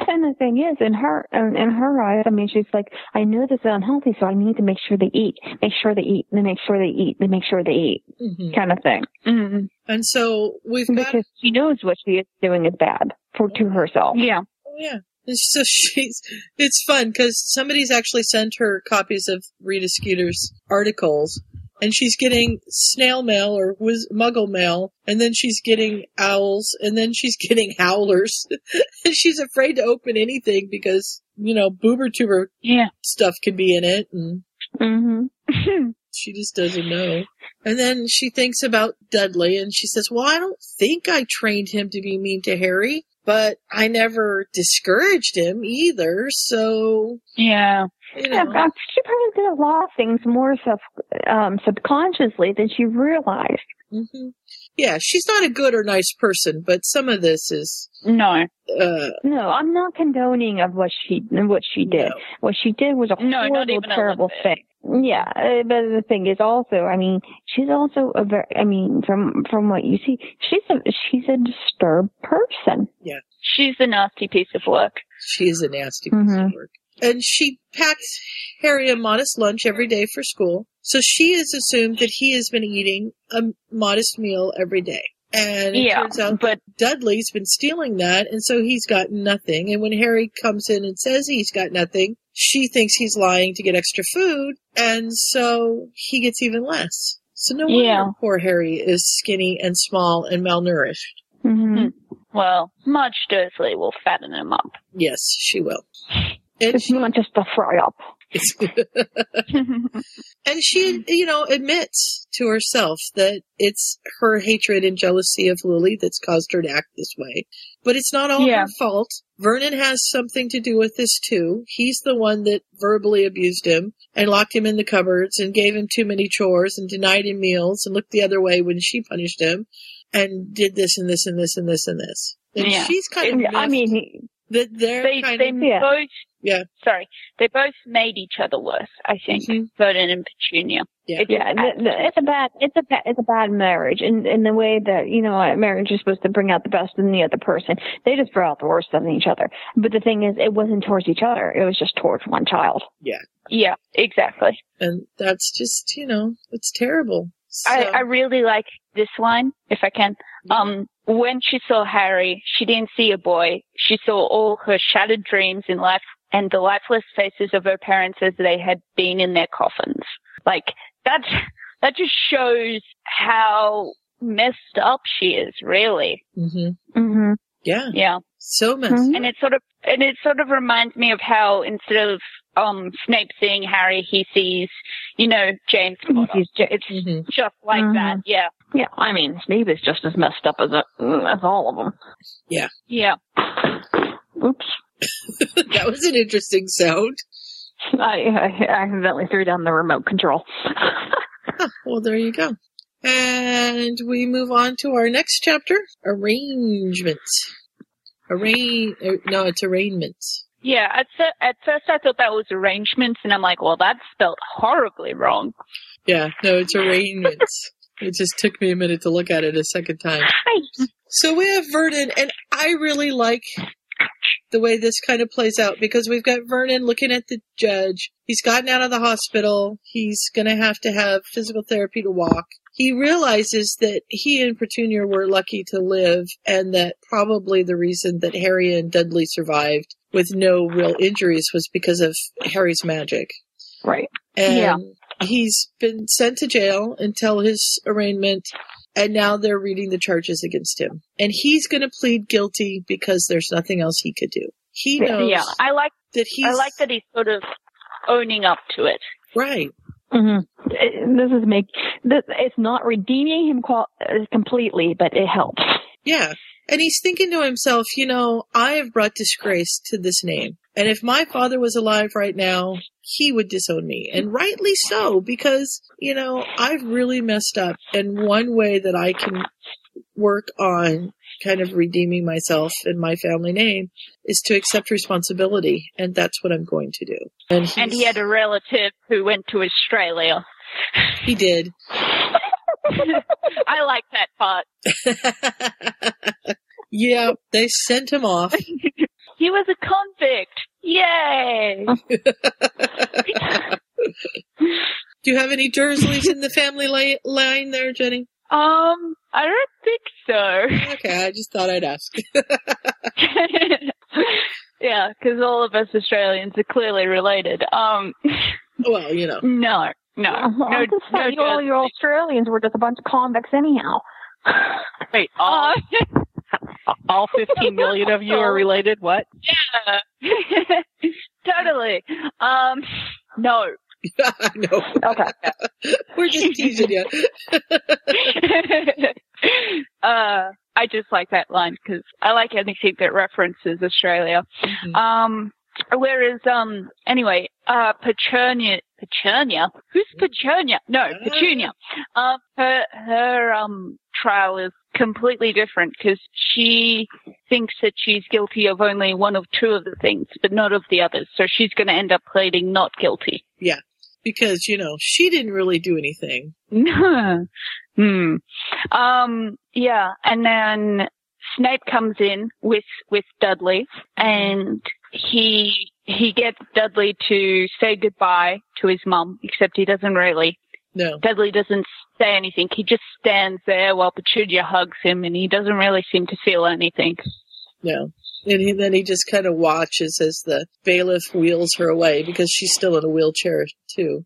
S2: and the thing is, in her in in her eyes, I mean, she's like, I know this is unhealthy, so I need to make sure they eat, make sure they eat, they make sure they eat, they make sure they eat,
S1: Mhm.
S2: kind of thing.
S3: Mm-hmm.
S1: And so we've
S2: because she knows what she is doing is bad for to herself.
S3: Yeah.
S1: Oh yeah. And So [LAUGHS] she's, it's fun because somebody's actually sent her copies of Rita Skeeter's articles and she's getting snail mail or wiz- muggle mail and then she's getting owls and then she's [LAUGHS] getting howlers [LAUGHS] and she's afraid to open anything because, you know, boober tuber
S3: yeah.
S1: stuff could be in it and
S2: Mm-hmm.
S3: [LAUGHS]
S1: she just doesn't know. And then she thinks about Dudley and she says, Well, I don't think I trained him to be mean to Harry, but I never discouraged him either. So,
S3: Yeah.
S1: you
S2: Yeah,
S1: know.
S2: but she probably did a lot of things more sub, um, subconsciously than she realized.
S1: hmm Yeah, she's not a good or nice person, but some of this is.
S3: No.
S1: Uh,
S2: No, I'm not condoning of what she what she did. What she did was a
S3: No, not
S2: horrible,
S3: even a
S2: terrible thing. Yeah, uh, but the thing is also, I mean, she's also a very. I mean, from from what you see, she's a she's a disturbed person.
S1: yeah,
S3: She's a nasty piece of work.
S1: she is a nasty piece of work. And she packs Harry a modest lunch every day for school. So she has assumed that he has been eating a modest meal every day. And it
S3: Yeah,
S1: turns out
S3: but
S1: Dudley's been stealing that, and so he's got nothing. And when Harry comes in and says he's got nothing, she thinks he's lying to get extra food, and so he gets even less. So no wonder
S3: Yeah.
S1: poor Harry is skinny and small and malnourished.
S3: Mm-hmm. Well, Marge [LAUGHS] Dursley will fatten him up.
S1: Yes, she will.
S2: It's not just a fry up.
S1: It's [LAUGHS] and
S3: Mm-hmm.
S1: she, you know, admits to herself that it's her hatred and jealousy of Lily that's caused her to act this way. But it's not all
S3: Yeah.
S1: her fault. Vernon has something to do with this too. He's the one that verbally abused him and locked him in the cupboards and gave him too many chores and denied him meals and looked the other way when she punished him and did this and this and this and this and this. And
S3: Yeah.
S1: she's kind of
S3: And, I mean,
S1: that they're
S3: they
S1: kind
S3: they
S1: of
S3: both
S1: yeah
S3: sorry they both made each other worse. I think Vernon and Petunia.
S1: Mm-hmm. Yeah,
S2: yeah, th- th- it's a bad, it's a bad, it's a bad marriage, in in the way that you know, a marriage is supposed to bring out the best in the other person. They just brought out the worst in each other. But the thing is, it wasn't towards each other; it was just towards one child.
S1: yeah.
S3: Yeah, exactly.
S1: And that's just, you know, it's terrible.
S3: I, I really like this line, if I can. Um, when she saw Harry, she didn't see a boy. She saw all her shattered dreams in life and the lifeless faces of her parents as they had been in their coffins. Like that's that just shows how messed up she is, really.
S1: Mm-hmm.
S2: Mm-hmm.
S1: Yeah.
S3: Yeah.
S1: So messed
S3: And it sort of and it sort of reminds me of how instead of um Snape seeing Harry, he sees, you know, James Potter.
S2: it's
S1: Mm-hmm.
S3: just like that. Yeah.
S2: Yeah, I mean, Snape is just as messed up as uh, mm, as all of them.
S1: Yeah.
S3: Yeah.
S2: Oops.
S1: [LAUGHS] that was an interesting sound.
S2: I, I accidentally threw down the remote control. [LAUGHS]
S1: well, there you go. And we move on to our next chapter, arrangement. Arraign, er, no, it's arraignment.
S3: Yeah, at, fir- at first I thought that was arrangements, and I'm like, well, that's spelled horribly wrong.
S1: Yeah, no, it's arraignment. it just took me a minute to look at it a second time. So we have Vernon, and I really like the way this kind of plays out because we've got Vernon looking at the judge. He's gotten out of the hospital. He's going to have to have physical therapy to walk. He realizes that he and Petunia were lucky to live and that probably the reason that Harry and Dudley survived with no real injuries was because of Harry's magic.
S2: Right.
S1: And
S2: Yeah.
S1: he's been sent to jail until his arraignment, and now they're reading the charges against him. And he's going to plead guilty because there's nothing else he could do. He
S3: Yeah,
S1: knows.
S3: Yeah, I like
S1: that
S3: I like that he's sort of owning up to it.
S1: Right.
S2: hmm This is make. This it's not redeeming him qual- uh, completely, but it helps.
S1: Yeah. And he's thinking to himself, you know, I have brought disgrace to this name. And if my father was alive right now, he would disown me. And rightly so, because, you know, I've really messed up. And one way that I can work on kind of redeeming myself and my family name is to accept responsibility. And that's what I'm going to do. And he,
S3: And he had a relative who went to Australia.
S1: he did. [LAUGHS]
S3: I like that part.
S1: Yeah, they sent him off.
S3: He was a convict. Yay!
S1: [LAUGHS] Do you have any Dursleys in the family li- line there, Jenny?
S3: Um, I don't think so.
S1: Okay, I just thought I'd ask.
S3: [LAUGHS] yeah, because all of us Australians are clearly related. Um,
S1: [LAUGHS] well, you [LAUGHS] know.
S3: No, no,
S2: [LAUGHS] Well, Uh-huh. I
S3: no,
S2: just
S3: no
S2: thought you- all your Australians were just a bunch of convicts, [LAUGHS] anyhow.
S9: Wait, all, all 15 million of you
S2: Oh.
S9: are related? What?
S3: Yeah. [LAUGHS] totally. Um, no.
S1: no.
S2: Okay.
S1: [LAUGHS] We're just teasing you.
S3: [LAUGHS] uh, I just like that line because I like anything that references Australia. Um, whereas, um, anyway, uh, Petunia, Petunia, who's Petunia? No, Petunia. Um, her, her, um, trial is completely different because she thinks that she's guilty of only one of two of the things, but not of the others. So she's going to end up pleading not guilty.
S1: Yeah, because, you know, she didn't really do anything.
S3: [LAUGHS] hmm. Um, yeah, and then Snape comes in with with Dudley, and he he gets Dudley to say goodbye to his mum, except he doesn't really.
S1: No.
S3: Dudley doesn't say anything. He just stands there while Petunia hugs him, and he doesn't really seem to feel anything.
S1: No. And he, then he just kind of watches as the bailiff wheels her away because she's still in a wheelchair, too.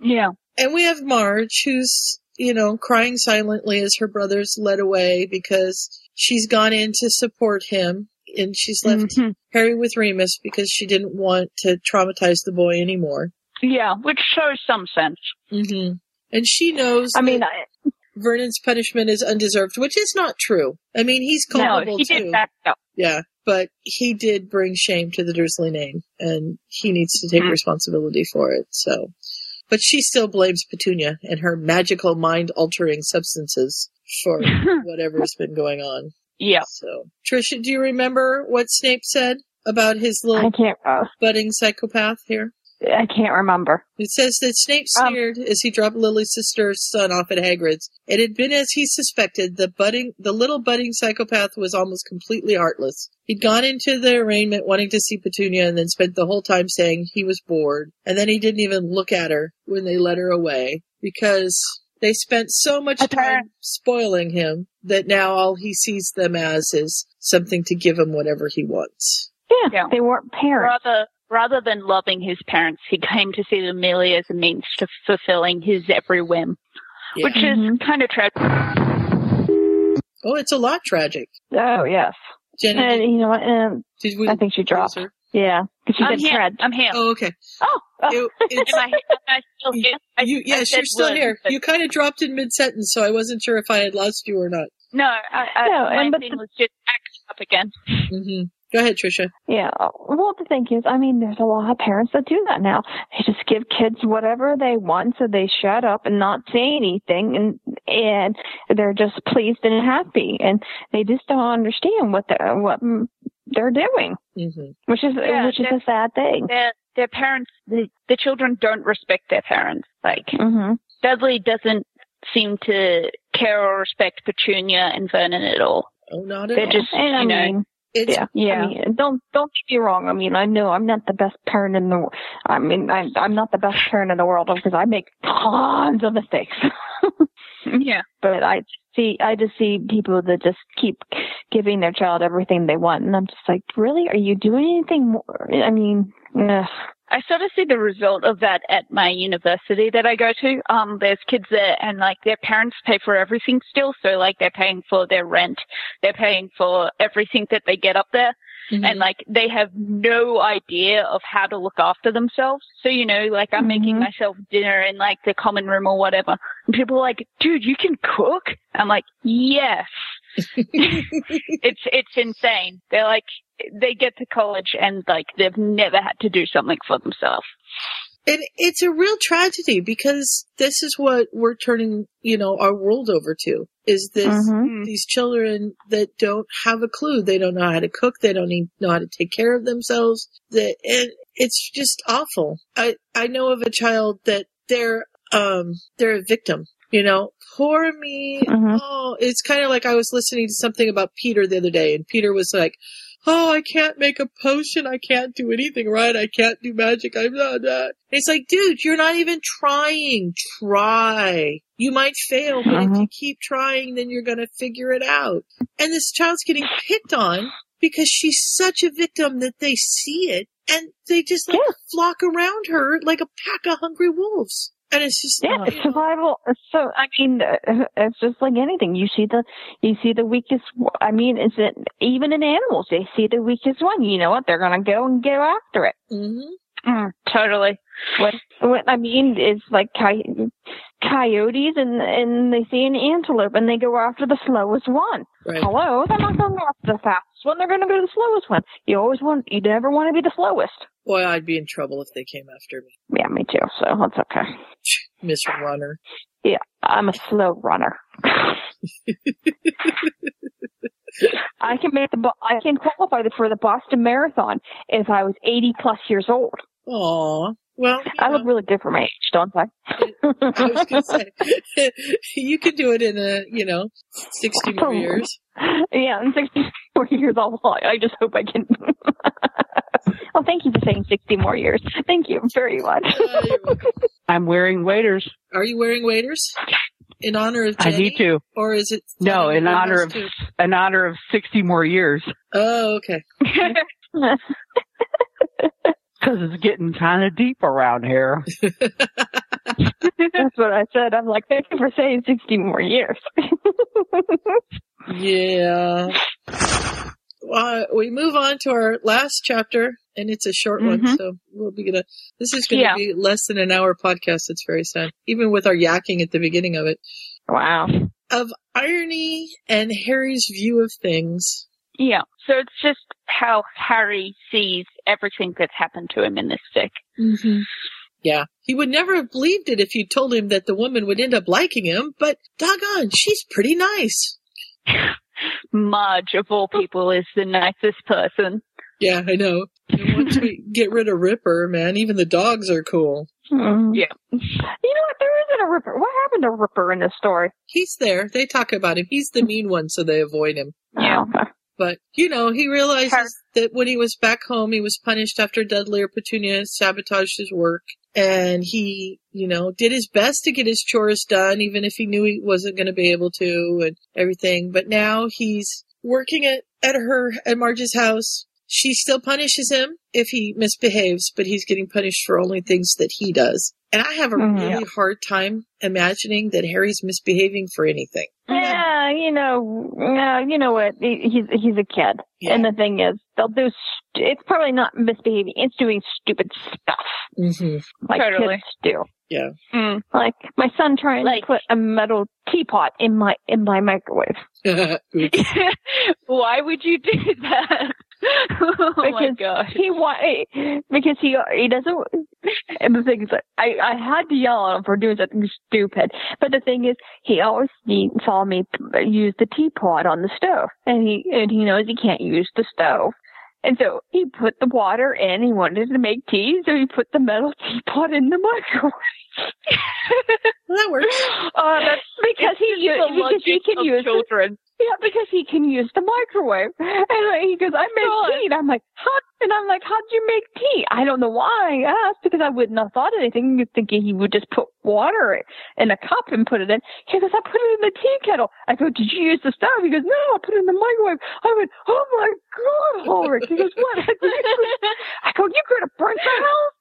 S3: Yeah.
S1: And we have Marge, who's, you know, crying silently as her brother's led away because she's gone in to support him
S3: Mm-hmm.
S1: and she's left Harry with Remus because she didn't want to traumatize the boy anymore.
S3: Yeah, which shows some sense.
S1: hmm And she knows. I mean, Vernon's punishment is undeserved, which is not true. I mean, he's
S3: No,
S1: culpable
S3: he
S1: too.
S3: did back out.
S1: Yeah, but he did bring shame to the Dursley name, and he needs to take responsibility for it. So, but she still blames Petunia and her magical mind-altering substances for whatever's been going on.
S3: Yeah.
S1: So, Trisha, do you remember what Snape said about his little
S2: I can't. Uh,
S1: budding psychopath here?
S2: I can't remember.
S1: It says that Snape
S2: Um,
S1: sneered as he dropped Lily's sister's son off at Hagrid's. It had been as he suspected. The budding, the little budding psychopath was almost completely heartless. He'd gone into the arraignment wanting to see Petunia, and then spent the whole time saying he was bored. And then he didn't even look at her when they led her away because they spent so much time spoiling him that now all he sees them as is something to give him whatever he wants.
S2: Yeah, they weren't parents.
S3: Rather, rather than loving his parents, he came to see them merely as a means to fulfilling his every whim,
S1: Yeah.
S3: which is kind of tragic.
S1: Oh, it's a lot tragic.
S2: Oh yes.
S1: Jenny,
S2: and you know what? And
S1: did we
S2: I think she dropped. Yeah, 'cause she
S3: I'm
S2: did
S3: here.
S2: tread.
S3: I'm here.
S1: Oh, okay.
S3: Oh,
S1: It- it's-
S3: am, I, am I still here? I,
S1: You,
S3: I
S1: yes,
S3: said
S1: you're still
S3: would,
S1: here.
S3: but-
S1: You kind of dropped in mid sentence, so I wasn't sure if I had lost you or not.
S3: no, I, I,
S2: No,
S3: my
S2: and but
S3: thing was just acting up again.
S1: hmm Go ahead, Tricia.
S2: Yeah. Well, the thing is, I mean, there's a lot of parents that do that now. They just give kids whatever they want, so they shut up and not say anything, and and they're just pleased and happy, and they just don't understand what they're what mm, they're doing,
S1: Mm-hmm.
S2: which is
S3: Yeah,
S2: which is
S3: they're-
S2: a sad thing.
S3: Their, their parents, the, the children don't respect their parents. Like,
S2: hmm
S3: Dudley doesn't seem to care or respect Petunia and Vernon at all.
S1: Oh, not at
S3: They're
S1: all.
S3: just,
S2: And I
S3: you know,
S2: mean,
S1: It's-
S2: yeah,
S3: Yeah.
S2: I mean, don't don't get me wrong. I mean, I know I'm not the best parent in the. I mean, I'm I'm not the best parent in the world because I make tons of mistakes. [LAUGHS]
S3: yeah.
S2: but I see I just see people that just keep giving their child everything they want, and I'm just like, really? Are you doing anything more? I mean, ugh.
S3: I sort of see the result of that at my university that I go to. Um, there's kids there and like their parents pay for everything still. So like they're paying for their rent. They're paying for everything that they get up there.
S1: Mm-hmm.
S3: And like they have no idea of how to look after themselves. So, you know, like I'm making myself dinner in like the common room or whatever. And people are like, dude, you can cook? I'm like, yes. [LAUGHS] it's, it's insane. They're like, they get to college and like they've never had to do something for themselves.
S1: And it's a real tragedy because this is what we're turning, you know, our world over to is this,
S3: hmm. Mm-hmm.
S2: Mhm.
S1: these children that don't have a clue. They don't know how to cook. They don't need, know how to take care of themselves. That, and it's just awful. I, I know of a child that they're, um, they're a victim, you know, poor me. Oh, it's kind of like I was listening to something about Peter the other day and Peter was like, oh, I can't make a potion. I can't do anything right. I can't do magic. I'm not that. It's like, dude, you're not even trying. Try. You might fail, but
S2: Uh-huh.
S1: if you keep trying, then you're going to figure it out. And this child's getting picked on because she's such a victim that they see it and they just like flock around her like a pack of hungry wolves. And it's just,
S2: Yeah,
S1: not-
S2: it's survival. So I mean, uh, it's just like anything. You see the you see the weakest. I mean, is it even in animals? They see the weakest one. You know what? They're gonna go and go after it.
S1: Mhm.
S3: Mm, totally.
S2: What, what I mean is like coy- coyotes, and and they see an antelope, and they go after the slowest one.
S1: Right.
S2: Hello, they're not going after the fastest one. They're gonna go to the slowest one. You always want. You never want to be the slowest.
S1: boy, I'd be in trouble if they came after me.
S2: Yeah, me too. So that's okay.
S1: Miss Runner.
S2: Yeah, I'm a slow runner. I can make the Bo- I can qualify for the Boston Marathon if I was 80 plus years old.
S1: Aw. Well, you
S2: I
S1: know.
S2: look really good for my age, don't I?
S1: I was gonna say [LAUGHS] you could do it in a you know sixty more years.
S2: yeah, I'm 64 years old. I I just hope I can. [LAUGHS] well, thank you for saying 60 more years. Thank you very [LAUGHS] much.
S9: I'm wearing waders.
S1: Uh, Are you wearing waders in honor of
S9: I
S1: Jenny?
S9: need to.
S1: Or is it
S9: No, in honor of
S1: Too?
S9: in honor of 60 more years
S1: Oh, okay.
S9: because it's getting kind of deep around here.
S2: That's what I said. I'm like, thank you for saying 60 more years.
S1: Yeah. uh, we move on to our last chapter, and it's a short one,
S3: Mhm.
S1: so we'll be gonna. This is gonna
S3: Yeah.
S1: be less than an hour podcast. It's very sad, even with our yakking at the beginning of it.
S2: [LAUGHS] Wow.
S1: Of irony and Harry's view of things.
S3: Yeah. So it's just how Harry sees everything that's happened to him in this fic.
S1: Mm-hmm. Yeah, he would never have believed it if you told him that the woman would end up liking him. But doggone, she's pretty nice.
S3: Marge, of all people, is the nicest person.
S1: Yeah, I know. And once we get rid of Ripper, man, even the dogs are cool.
S3: Yeah.
S2: Hmm. You know what? There isn't a Ripper. What happened to Ripper in this story?
S1: He's there. They talk about him. He's the mean one, so they avoid him.
S2: Yeah.
S1: But, you know, he realizes that when he was back home, he was punished after Dudley or Petunia sabotaged his work. And he, you know, did his best to get his chores done, even if he knew he wasn't going to be able to and everything. But now he's working at, at her, at Marge's house. She still punishes him if he misbehaves, but he's getting punished for only things that he does. And I have a
S2: Mhm.
S1: really hard time imagining that Harry's misbehaving for anything.
S2: Yeah, you know, yeah, you know what? He- He's he's a kid, and the thing is, they'll do. St- it's probably not misbehaving. It's doing stupid stuff
S1: Mm-hmm. [LAUGHS]
S2: like
S3: Totally.
S2: kids do.
S1: Yeah.
S2: Like my son trying to put a metal teapot in my in my microwave
S1: Oops.
S3: [LAUGHS] Why would you do that? [LAUGHS] oh my
S2: because
S3: gosh.
S2: he wa- because he he doesn't. And the thing is, that I I had to yell at him for doing something stupid. But the thing is, he always he saw me p- use the teapot on the stove, and he and he knows he can't use the stove. And so he put the water in. He wanted to make tea, so he put the metal [LAUGHS] teapot in the microwave.
S1: well, that works.
S2: Uh, that's because he
S3: Oh, It's the
S2: u- because he
S3: logic
S2: can
S3: of
S2: use the-
S3: children.
S2: yeah, because he can use the microwave. [LAUGHS] And like, he goes, I made tea. And I'm like, how? And I'm like, how'd you make tea? I don't know why. I asked because I wouldn't have thought of anything. You're thinking he would just put water in a cup and put it in. He goes, I put it in the tea kettle. I go, did you use the stove? He goes, no, I put it in the microwave. I went, oh my God, Ulrich. He goes, what? [LAUGHS] I go, you could have burnt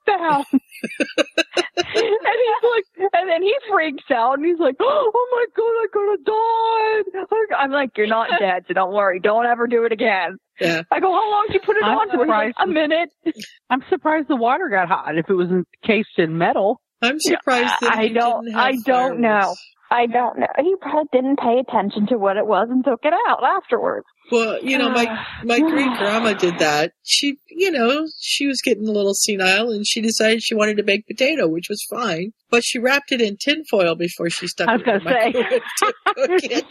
S2: the house down and he's like, and then he freaks out and he's like, oh my god, I'm gonna die. Like, I'm like, you're
S9: [LAUGHS]
S2: not dead, so don't worry. Don't ever do it again.
S1: Yeah.
S2: I go, how long did you put it
S9: I'm
S2: on for? He's like,
S9: surprised.
S2: a minute.
S9: I'm surprised the water got hot if it was encased in metal.
S1: I'm surprised
S2: Yeah,
S1: that
S2: I
S1: he
S2: don't.
S1: didn't have
S2: I don't know.
S1: fireworks.
S2: I don't know. He probably didn't pay attention to what it was and took it out afterwards.
S1: Well, you know, my
S2: [SIGHS]
S1: my great grandma did that. She, you know, she was getting a little senile, and she decided she wanted to bake potato, which was fine. But she wrapped it in tinfoil before she stuck
S9: I was
S1: it in
S9: gonna
S1: the
S9: say.
S1: microwave to cook it.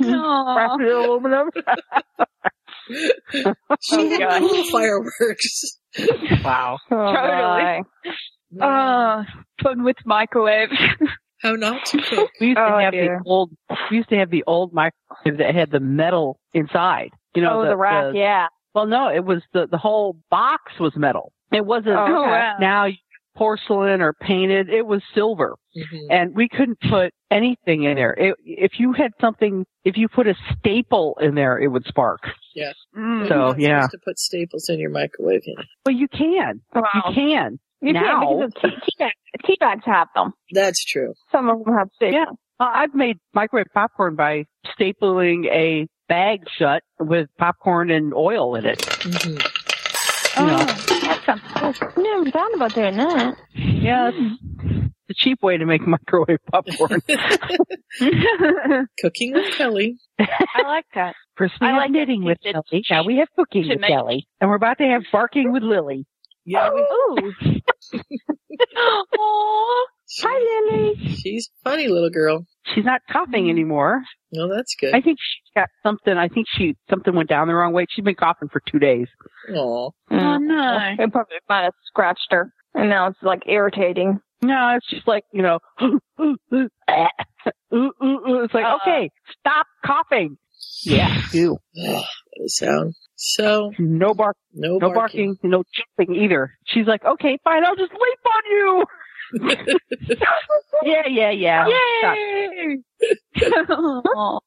S9: Wrapped it in aluminum.
S1: She
S3: Oh,
S1: had
S3: gosh.
S1: cool fireworks.
S9: wow.
S3: Totally. Oh, fun with microwave.
S1: How not to
S9: [LAUGHS]
S1: cook?
S9: We used
S2: Oh,
S9: to have
S2: dear.
S9: the old. We used to have the old microwave that had the metal inside. You know,
S2: oh, the, wrap. yeah.
S9: Well, no, it was the the whole box was metal. It wasn't
S2: Oh, okay.
S3: wow.
S9: now porcelain or painted. It was silver,
S1: Mhm.
S9: and we couldn't put anything in there. It, if you had something, if you put a staple in there, it would spark.
S1: Yeah. But you're
S3: Mm.
S9: So,
S1: not
S9: yeah.
S1: supposed to put staples in your microwave.
S9: Well, you can. You
S2: Wow.
S9: can.
S2: You
S9: now,
S2: can't because of tea, tea, bags, tea bags have them.
S1: That's true.
S2: Some of them have six.
S9: Yeah. Uh, I've made microwave popcorn by stapling a bag shut with popcorn and oil in it.
S1: hmm
S9: You
S2: Oh.
S9: know,
S2: That sounds cool. Never thought about doing that.
S9: yeah, it's the cheap way to make [LAUGHS] microwave
S3: [LAUGHS]
S9: popcorn.
S1: Cooking with Kelly.
S3: I like that.
S9: First we
S3: I
S9: have
S3: like that
S9: knitting with
S3: she did
S9: Kelly. Now we have cooking
S3: to
S9: with
S3: make-
S9: Kelly, and we're about to have barking with Lily.
S1: Yeah, we-
S2: Ooh.
S3: Aw.
S2: Hi, Lily.
S1: she's a funny little girl.
S9: She's not
S3: Mm-hmm.
S9: coughing anymore.
S1: Well, that's good.
S9: I think she got something. I think she something went down the wrong way. She's been coughing for two days.
S1: Aw.
S2: Mm.
S3: Oh, no.
S2: [LAUGHS] It probably might have scratched her, and now it's like irritating.
S9: No, it's just like you know, [GASPS] ooh, ooh, ooh, ah, ooh, ooh, ooh. It's like
S3: Uh,
S9: okay, stop coughing.
S3: [LAUGHS]
S9: Yeah, you.
S1: Ugh, what a sound. So,
S9: No bark,
S1: no,
S9: no
S1: barking.
S9: barking, no jumping either. She's like, okay, fine, I'll just leap on you.
S1: [LAUGHS]
S9: yeah, yeah, yeah. Stop.
S2: [LAUGHS]
S3: Yay! Aw.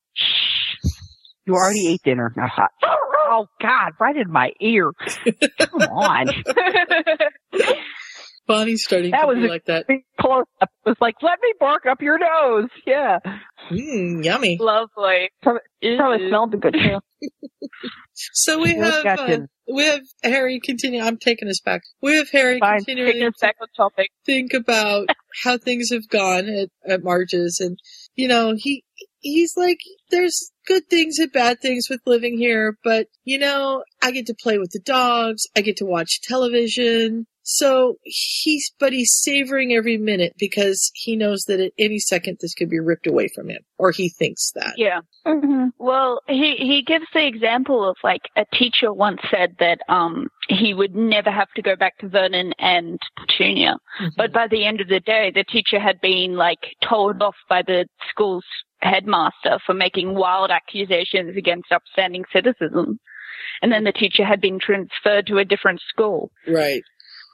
S9: You already ate dinner. Now stop.
S1: [LAUGHS]
S9: Oh God, right in my ear. Come on.
S1: Bonnie's starting
S9: That
S1: to
S9: was
S1: be
S9: a
S1: like that.
S9: big close up. It was like, let me bark up your nose. Yeah.
S1: Mm, yummy.
S3: [LAUGHS] Lovely.
S9: Probably, probably smelled good too.
S1: So we
S9: What
S1: have
S9: got
S1: uh,
S9: you?
S1: we have Harry continue. I'm taking us back. We have Harry
S9: Fine,
S1: continuing
S3: us back on topic.
S1: Think about how things have gone at, at Marge's, and you know he he's like, there's good things and bad things with living here, but you know I get to play with the dogs, I get to watch television. So he's but he's savoring every minute because he knows that at any second this could be ripped away from him, or he thinks that.
S3: Yeah. Mm-hmm. Well, he he gives the example of like a teacher once said that um he would never have to go back to Vernon and Petunia, but by the end of the day, the teacher had been like told off by the school's headmaster for making wild accusations against upstanding citizens, and then the teacher had been transferred to a different school.
S1: Mhm.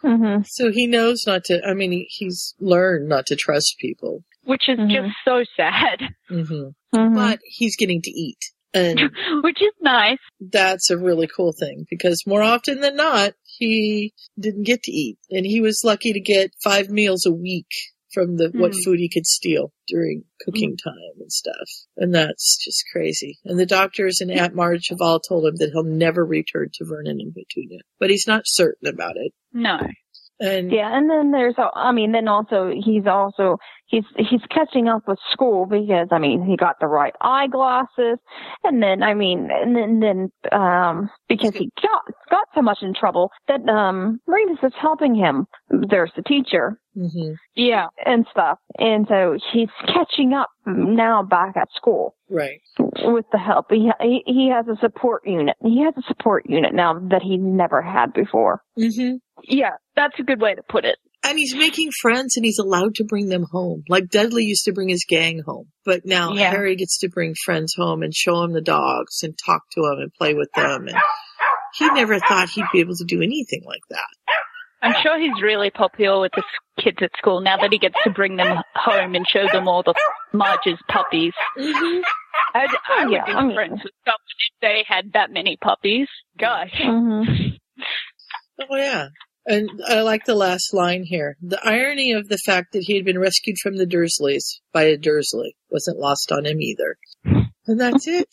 S1: Right. So he knows not to. I mean, he, he's learned not to trust people.
S3: which is just so sad. [LAUGHS]
S1: hmm
S2: Mm-hmm.
S1: But he's getting to eat, and
S3: which is nice.
S1: That's a really cool thing because more often than not, he didn't get to eat, and he was lucky to get five meals a week from the what
S4: Mhm.
S1: food he could steal during cooking time and stuff. And that's just crazy. And the doctors and Aunt Marge have all told him that he'll never return to Vernon and Petunia, but he's not certain about it.
S3: No.
S1: And
S2: yeah, and then there's, al- I mean, then also he's also he's he's catching up with school because I mean he got the right eyeglasses, and then I mean, and then then um because he got got so much in trouble that um Remus is helping him. There's the teacher,
S1: Mm-hmm.
S3: yeah,
S2: and stuff, and so he's [LAUGHS] catching up now back at school
S1: Right.
S2: with the help. He he, he has a support unit. He has a support unit now that he never had before.
S1: Mm-hmm.
S3: Yeah, that's a good way to put it.
S1: And he's making friends and he's allowed to bring them home. Like Dudley used to bring his gang home, but now
S4: Yeah.
S1: Harry gets to bring friends home and show him the dogs and talk to them and play with them. And he never thought he'd be able to do anything like that.
S3: I'm sure he's really popular with the s- kids at school now that he gets to bring them home and show them all the Marge's puppies.
S1: Mm-hmm.
S3: I'd, I would
S2: Yeah,
S3: be
S2: I mean-
S3: friends with someone if they had that many puppies. Gosh.
S2: Mm-hmm.
S1: Oh yeah. And I like the last line here. The irony of the fact that he had been rescued from the Dursleys by a Dursley wasn't lost on him either. And that's it.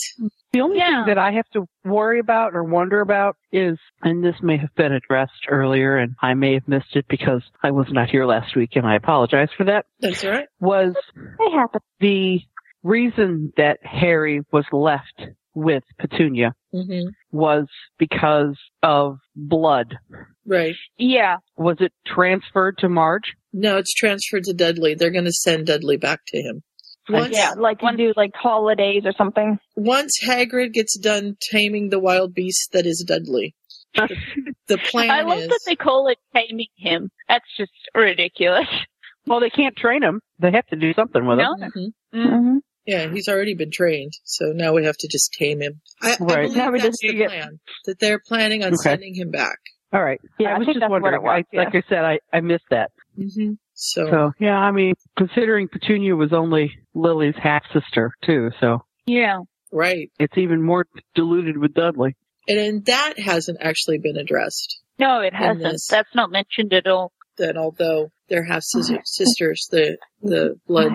S9: The only
S3: Yeah.
S9: thing that I have to worry about or wonder about is, and this may have been addressed earlier and I may have missed it because I was not here last week and I apologize for that,
S1: [LAUGHS] That's right.
S9: was
S2: It happened.
S9: the reason that Harry was left with Petunia
S1: Mm-hmm.
S9: was because of blood.
S1: Right.
S3: Yeah.
S9: Was it transferred to Marge?
S1: No, it's transferred to Dudley. They're going to send Dudley back to him. Once,
S2: yeah, like you do like holidays or something.
S1: once Hagrid gets done taming the wild beast that is Dudley, the, the plan
S3: [LAUGHS] I love
S1: is
S3: that they call it taming him. That's just ridiculous.
S9: Well, they can't train him. They have to do something with
S3: No.
S9: him.
S1: Mhm.
S2: Mm-hmm.
S1: yeah, he's already been trained, so now we have to just tame him. I, I
S9: Right.
S1: believe
S2: Now we
S1: that's
S2: just
S1: the
S2: get-
S1: plan that they're planning on
S9: Okay.
S1: sending him back.
S9: All right.
S2: Yeah, I
S9: I was
S2: think
S9: just
S2: that's what
S9: wondering.
S2: it was,
S9: I, Like I said, I, I missed that.
S3: Mm-hmm.
S1: hmm So,
S9: So yeah, I mean, considering Petunia was only Lily's half sister too, so
S3: Yeah.
S1: right,
S9: it's even more diluted with Dudley.
S1: and, and that hasn't actually been addressed.
S3: No, it hasn't.
S1: this-
S3: That's not mentioned at all.
S1: That although they're half sis- sisters, the the blood,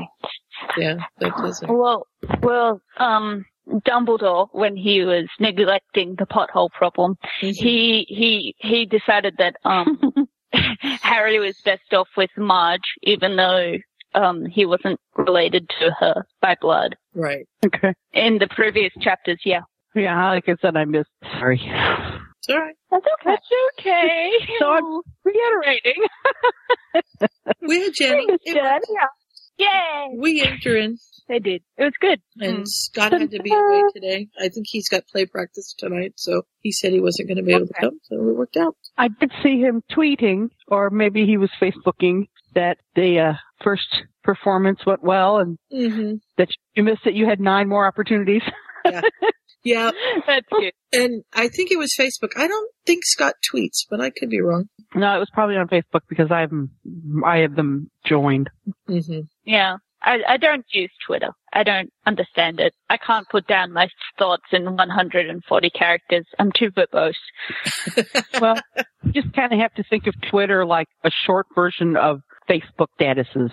S1: yeah, that doesn't.
S3: Well, well, um, Dumbledore, when he was neglecting the pothole problem, he he he decided that
S2: [LAUGHS]
S3: um, Harry was best off with Marge, even though um, he wasn't related to her by blood.
S1: Right.
S9: Okay.
S3: In the previous chapters, yeah,
S9: Yeah, like I said, I missed. Sorry.
S1: It's all right.
S2: That's okay.
S3: that's okay.
S9: So I'm-
S3: reiterating.
S1: We had Jenny. It
S2: Dad,
S1: worked.
S3: Yay!
S1: We inked her in.
S3: They did. It was good.
S1: And
S3: Mm.
S1: Scott had to be [LAUGHS] away today. I think he's got play practice tonight, so he said he wasn't going to be able to
S3: Okay.
S1: come, so it worked out.
S9: I did see him tweeting, or maybe he was Facebooking that the uh, first performance went well, and
S1: Mm-hmm.
S9: that you missed it. You had nine more opportunities.
S1: Yeah,
S3: [LAUGHS] That's good.
S1: and I think it was Facebook. I don't think Scott tweets, but I could be wrong.
S9: no, it was probably on Facebook because I have 'em- I have them joined.
S1: Mm-hmm.
S3: Yeah. I, I don't use Twitter. I don't understand it. I can't put down my thoughts in 140 characters. I'm too verbose.
S2: [LAUGHS]
S9: well, you just kind of have to think of Twitter like a short version of Facebook statuses,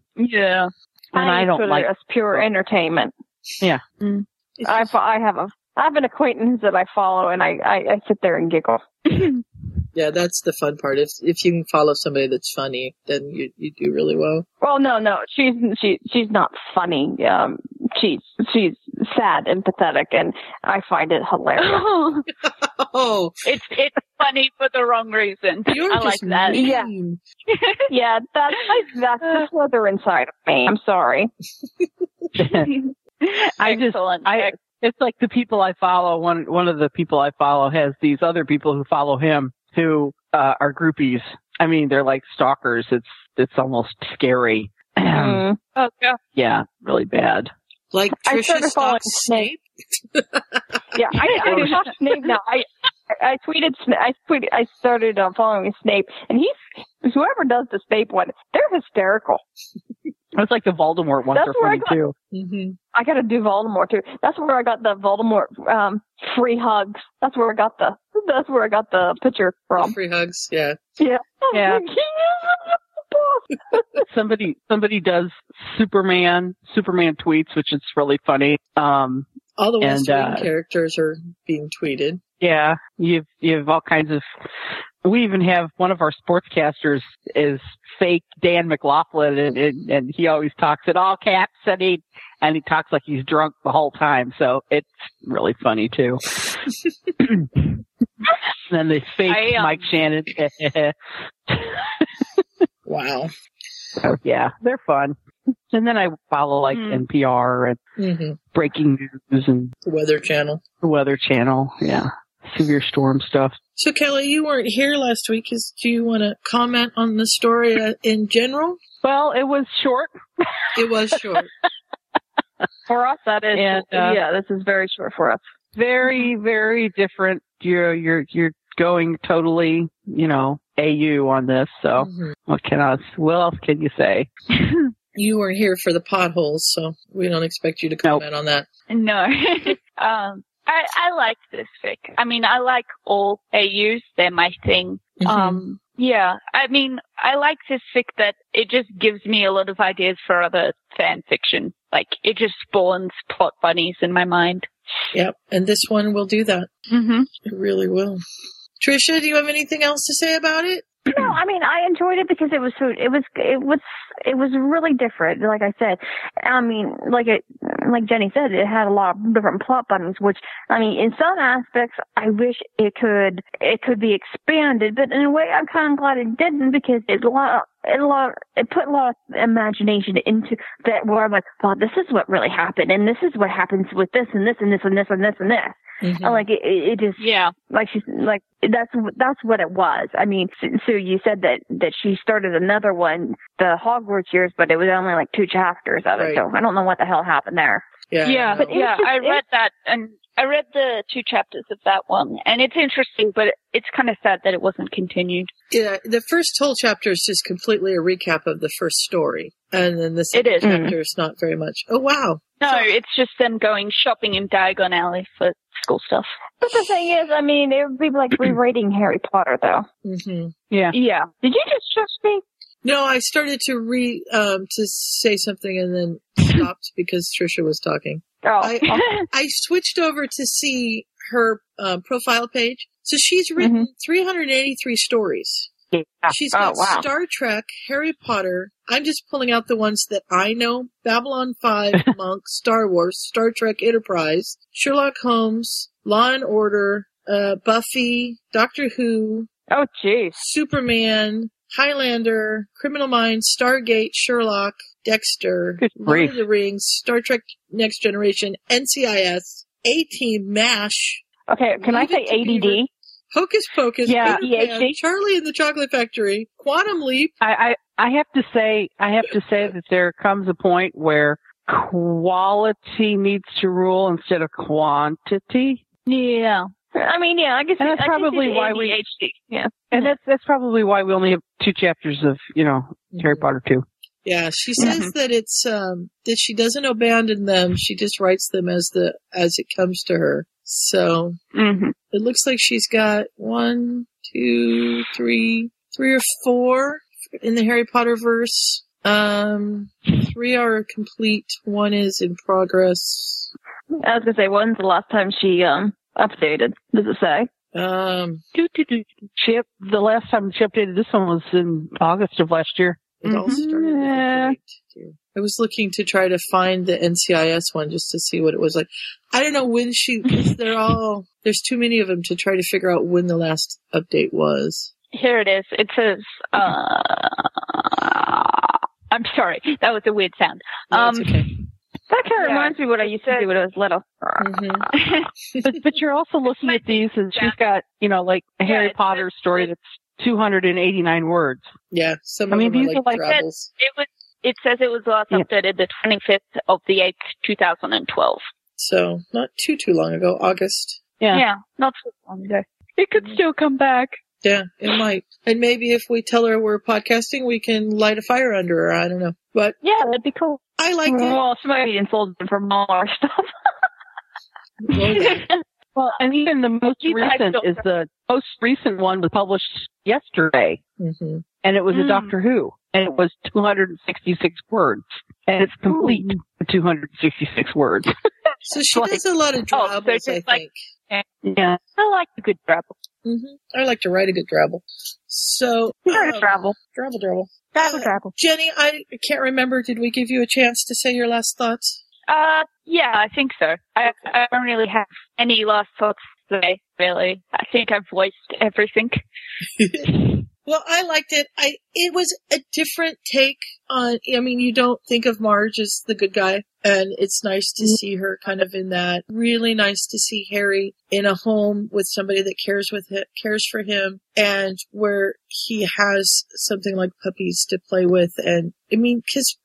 S3: [LAUGHS] Yeah.
S9: And I,
S2: use
S9: don't
S2: Mm-hmm. Twitter
S9: like.
S2: as pure entertainment.
S9: Yeah.
S2: I, fo- I have a I have an acquaintance that I follow, and I I, I sit there and giggle.
S1: Yeah, that's the fun part. If if you can follow somebody that's funny, then you you do really well.
S2: Well, no, no, she's she she's not funny. Um, she's she's sad and pathetic, and I find it
S3: [LAUGHS]
S2: hilarious.
S1: [LAUGHS] oh,
S3: it's it's funny for the wrong reason.
S1: You're
S3: I
S1: just
S3: like that.
S2: Yeah. yeah, that's that's the Slither inside of me. I'm sorry. [LAUGHS]
S9: I just, I, it's like the people I follow. One, one of the people I follow has these other people who follow him who uh, are groupies. I mean, they're like stalkers. It's, it's almost scary. [CLEARS THROAT]
S2: Mm.
S3: Oh, yeah.
S9: yeah, really bad.
S1: Like
S2: I started following Snape. yeah, I, I
S9: Gross.
S2: love Snape now. I I tweeted Sna- I tweeted I started um, following Snape, and he's whoever does the Snape one, they're hysterical.
S9: It's like the Voldemort ones
S2: That's
S9: are
S2: where I
S9: funny
S2: got-
S9: too.
S1: Mm-hmm.
S2: I got to do Voldemort too. That's where I got the Voldemort um, free hugs. That's where I got the. That's where I got the picture from.
S1: free hugs, yeah.
S2: Yeah. [LAUGHS]
S9: Yeah. somebody somebody does Superman Superman tweets, which is really funny. Um,
S1: All the
S9: and,
S1: West Wing
S9: uh,
S1: characters are being tweeted.
S9: yeah, you've you've all kinds of. We even have one of our sportscasters is fake Dan McLaughlin, and and, and he always talks in all caps, and he and he talks like he's drunk the whole time. So it's really
S3: [LAUGHS]
S9: funny too. and then they fake
S3: I, um,
S9: Mike Shannon. [LAUGHS]
S1: wow.
S9: So yeah, they're fun. And then I follow like
S3: Hmm.
S1: Mm.
S9: NPR and
S1: hmm
S9: breaking news and
S1: The Weather Channel.
S9: the Weather Channel. Yeah, severe storm stuff.
S1: So Kelly, you weren't here last week. Is, do you want to comment on the story uh, in general?
S9: Well, it was short.
S1: It was short.
S2: For us, that is.
S9: And, uh,
S2: yeah, this is very short for us.
S9: Very, very different. You're you're you're going totally, you know, AU on this. So
S1: Mm-hmm.
S9: what can I? What else can you say?
S1: you weren't here for the potholes, so we don't expect you to comment on that.
S3: No. [LAUGHS] um, I, I like this fic. I mean, I like all AUs. They're my thing.
S1: Mm-hmm.
S3: Um, yeah. I mean, I like this fic that it just gives me a lot of ideas for other fan fiction. Like, it just spawns plot bunnies in my mind.
S1: Mm-hmm. Yep. And this one will do that.
S3: Mm-hmm.
S1: It really will. Trisha, do you have anything else to say about it?
S12: No, I mean I enjoyed it because it was so it was it was it was really different. Like I said, I mean like it like Jenny said, it had a lot of different plot buttons. Which I mean, in some aspects, I wish it could it could be expanded, but in a way, I'm kind of glad it didn't because it a lot it a lot it put a lot of imagination into that. Where I'm like, well, this is what really happened, and this is what happens with this and this and this and this and this and this.
S1: Mm-hmm.
S12: And,
S2: Oh,
S12: Like it, it it just
S3: yeah.
S12: Like she's like that's that's what it was. I mean, S- Sue, you said that that she started another one, the Hogwarts years, but it was only like two chapters of it. So I don't know what the hell happened there.
S3: Yeah, yeah,
S12: but it was just-
S3: I
S12: it-
S3: read that, and I read the two chapters of that one, and it's interesting, but it's kind of sad that it wasn't continued.
S1: Yeah, the first whole chapter is just completely a recap of the first story. And then the second
S3: is. Mm.
S1: chapter is not very much. Oh, wow.
S3: No, it's just them going shopping in Diagon Alley for school stuff.
S12: But the thing is, I mean, it would be [CLEARS THROAT] like rewriting Harry Potter, though.
S1: Mm-hmm.
S9: Yeah.
S3: Yeah.
S12: Did you just shush me?
S1: No, I started to re um to say something and then stopped because Trisha was talking.
S12: Oh. [LAUGHS]
S9: um,
S1: I, I switched over to see her uh, profile page. So she's written 383 stories.
S9: Mm-hmm. Yeah.
S1: She's
S9: oh
S1: got
S9: wow.
S1: Star Trek, Harry Potter. I'm just pulling out the ones that I know: Babylon
S9: [LAUGHS]
S1: Five, Monk, Star Wars, Star Trek Enterprise, Sherlock Holmes, Law and Order, uh, Buffy, Doctor Who.
S2: Oh, jeez.
S1: Superman, Highlander, Criminal Minds, Stargate, Sherlock, Dexter, Lord
S9: grief.
S1: of the Rings, Star Trek: Next Generation, NCIS, A Team, Mash.
S2: Okay, can I say ADD?
S1: Hocus Pocus,
S9: Yeah, E
S1: Peter Pan,
S9: ADHD.
S1: Charlie and the Chocolate Factory, Quantum Leap.
S9: I, I I have to say I have to say that there comes a point where quality needs to rule instead of quantity.
S3: Yeah.
S12: I mean, yeah, I guess
S9: And that's
S12: I guess
S9: probably
S12: it's
S9: why we-
S12: ADHD. Yeah.
S9: Mm-hmm. And that's that's probably why we only have two chapters of you know Harry Potter Mm-hmm. two.
S1: Yeah, she says that it's um that she doesn't abandon them. She just writes them as the as it comes to her. So
S12: Mm-hmm.
S1: it looks like she's got one, two, three, three or four in the Harry Potter verse. Um, three are complete. One is in progress.
S12: I was gonna say, when's the last time she um updated? Does it say?
S1: Um,
S9: Chip, the last time she updated this one was in August of last year.
S1: It
S3: Mm-hmm.
S1: all started with a date, too. I was looking to try to find the NCIS one just to see what it was like. I don't know when she. 'cause They're all there's too many of them to try to figure out when the last update was.
S3: Here it is. It says, uh, I'm sorry. That was a weird sound. um,
S12: That kind of reminds me of what I used to do when I was little.
S1: Mm-hmm.
S9: but, but you're also looking at these, and she's got, you know, like a Harry Potter story that's 289 words.
S1: Yeah, some
S9: I mean,
S3: of them are
S9: these
S3: like
S9: are
S3: It
S9: like
S3: says it was. It says it was last updated the 25th of the 8th, 2012.
S1: So not too too long ago, August.
S3: Yeah. Not so long ago. Mm.
S9: It could still come back.
S1: Yeah, it might. And maybe if we tell her we're podcasting, we can light a fire under her. I don't know, but
S12: yeah, that'd be cool.
S1: I like it.
S12: Well, somebody insulted them for all our stuff.
S9: well, and even the most
S12: These I
S9: recent
S12: don't
S9: is the most recent one was published yesterday,
S1: mm-hmm.
S9: and it was
S12: Mm.
S9: a Doctor Who, and it was 266 words, and it's complete with 266 words.
S1: oh, So she does a lot of drabbles, I think.
S9: yeah, I like the good [LAUGHS] drabble.
S1: Mm-hmm. I like to write a good drabble. So
S3: Oh.
S1: um, drabble, drabble, drabble, drabble,
S12: drabble.
S1: Jenny, I can't remember. Did we give you a chance to say your last thoughts?
S3: Uh, yeah, I think so. I, I don't really have any last thoughts today, really. I think I've voiced
S9: [LAUGHS]
S3: everything.
S1: Well, I liked it. I it was a different take on. I mean, you don't think of Marge as the good guy, and it's nice to see her kind of in that. Really nice to see Harry in a home with somebody that cares with him, cares for him, and where he has something like puppies to play with. And I mean, because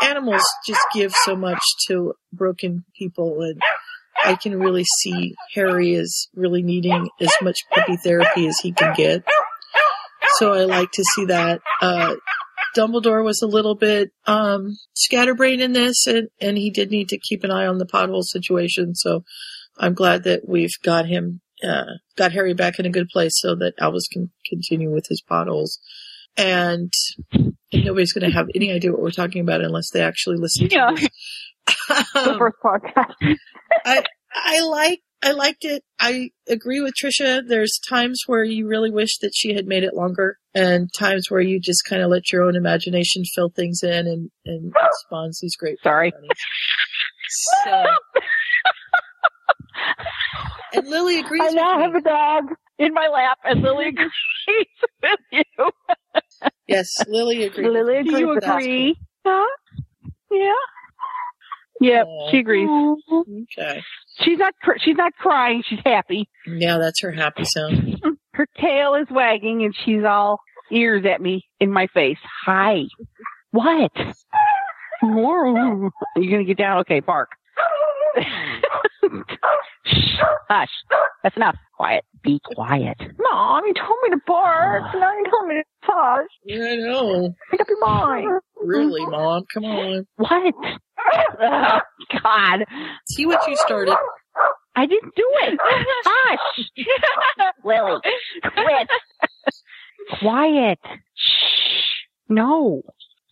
S1: animals just give so much to broken people and. I can really see Harry is really needing as much puppy therapy as he can get. So I like to see that. Uh, Dumbledore was a little bit um, scatterbrained in this, and, and he did need to keep an eye on the pothole situation. So I'm glad that we've got him, uh, got Harry back in a good place so that Albus can continue with his potholes. And nobody's going to have any idea what we're talking about unless they actually listen to [LAUGHS] Um, this. the
S12: first [LAUGHS] podcast.
S1: I I like I liked it. I agree with Trisha. There's times where you really wish that she had made it longer, and times where you just kind of let your own imagination fill things in and and it spawns these
S9: [LAUGHS]
S1: great. Sorry. So. And Lily agrees. I
S9: now have a dog in my lap, and Lily agrees with you.
S1: Yes, Lily agrees.
S9: Lily agrees. Do you
S1: with us.
S9: agree? Huh? Yeah. Yeah, she agrees.
S1: Okay.
S9: She's not. Cr- she's not crying. She's happy.
S1: Yeah, that's her happy sound.
S9: Her tail is wagging, and she's all ears at me in my face. Hi.
S5: [LAUGHS]
S9: What? More? You're gonna get down? Okay, bark. Hush. That's enough. Quiet. Be quiet.
S12: Mom, you told me to bark. [SIGHS] now you told me to pause.
S1: Yeah, I know.
S12: Make up your mind. [LAUGHS]
S1: Really,
S9: Mm-hmm.
S1: Mom? Come on.
S9: What? Oh, God.
S1: See what you started.
S9: I didn't do it. Hush. Lily, quit. Quiet. Shh. No.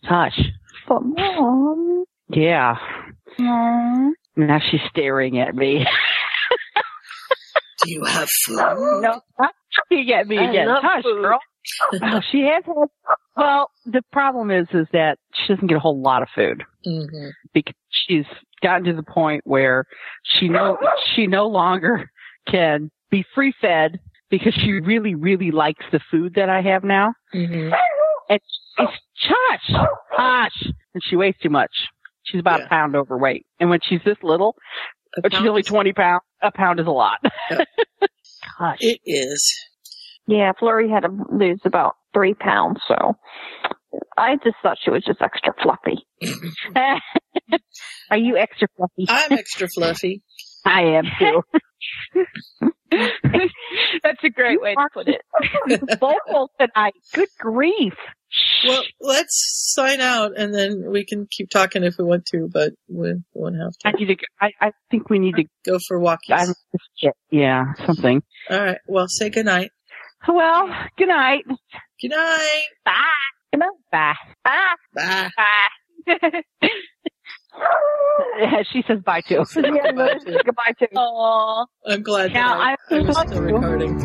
S9: Hush.
S12: But mom.
S9: Yeah. Now she's staring at me. [LAUGHS]
S1: Do you have food?
S9: No. Not staring at me
S5: I
S9: again.
S5: love
S9: Hush,
S5: food. [LAUGHS]
S9: girl. Oh, she has had. Well, the problem is, is that she doesn't get a whole lot of food.
S1: Mm-hmm.
S9: because she's gotten to the point where she no she no longer can be free fed because she really really likes the food that I have now.
S1: Mm-hmm.
S9: And it's hush, hush, and she weighs too much. She's about a pound overweight, and when she's this little, but she's only twenty pounds. A pound is a lot. [LAUGHS] Hush.
S1: It is.
S12: Yeah, Flurry had to lose about three pounds, so I just thought she was just extra fluffy.
S9: Are you extra fluffy? [LAUGHS]
S1: I'm extra fluffy.
S9: I am too.
S3: [LAUGHS] That's a great way to put it.
S1: vocal tonight. Good grief. Well, let's sign out and then we can keep talking if we want to, but we won't have to.
S9: I need to. go- I, I think we need to
S1: go for walkies.
S9: I'm, yeah, something.
S1: All right. Well, say goodnight.
S9: Well, good night. [LAUGHS]
S1: Good night.
S3: Bye.
S9: Good night. Bye.
S3: Bye.
S1: Bye.
S3: Bye. [LAUGHS]
S9: she says bye too.
S1: Goodbye to-
S9: Goodbye too.
S3: Aww.
S1: I'm glad
S9: Now
S1: that I, I was still recording.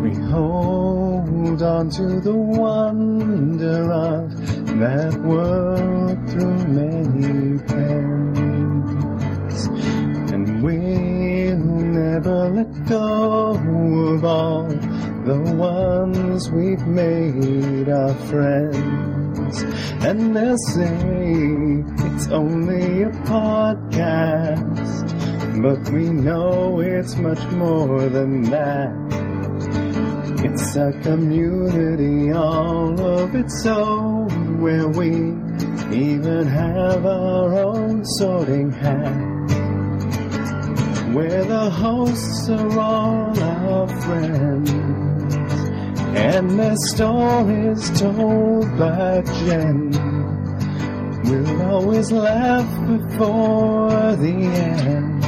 S5: We hold on to the wonder of that world through many pains. And we'll never let go of all the ones we've made our friends. And they'll say it's only a podcast, but we know it's much more than that. It's a community all of its own where we even have our own sorting hat. Where the hosts are all our friends and their stories told by Jen. We'll always laugh before the end.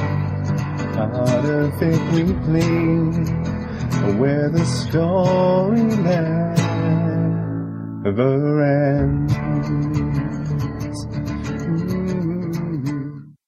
S5: Artificially where the story never ends. Mm-hmm.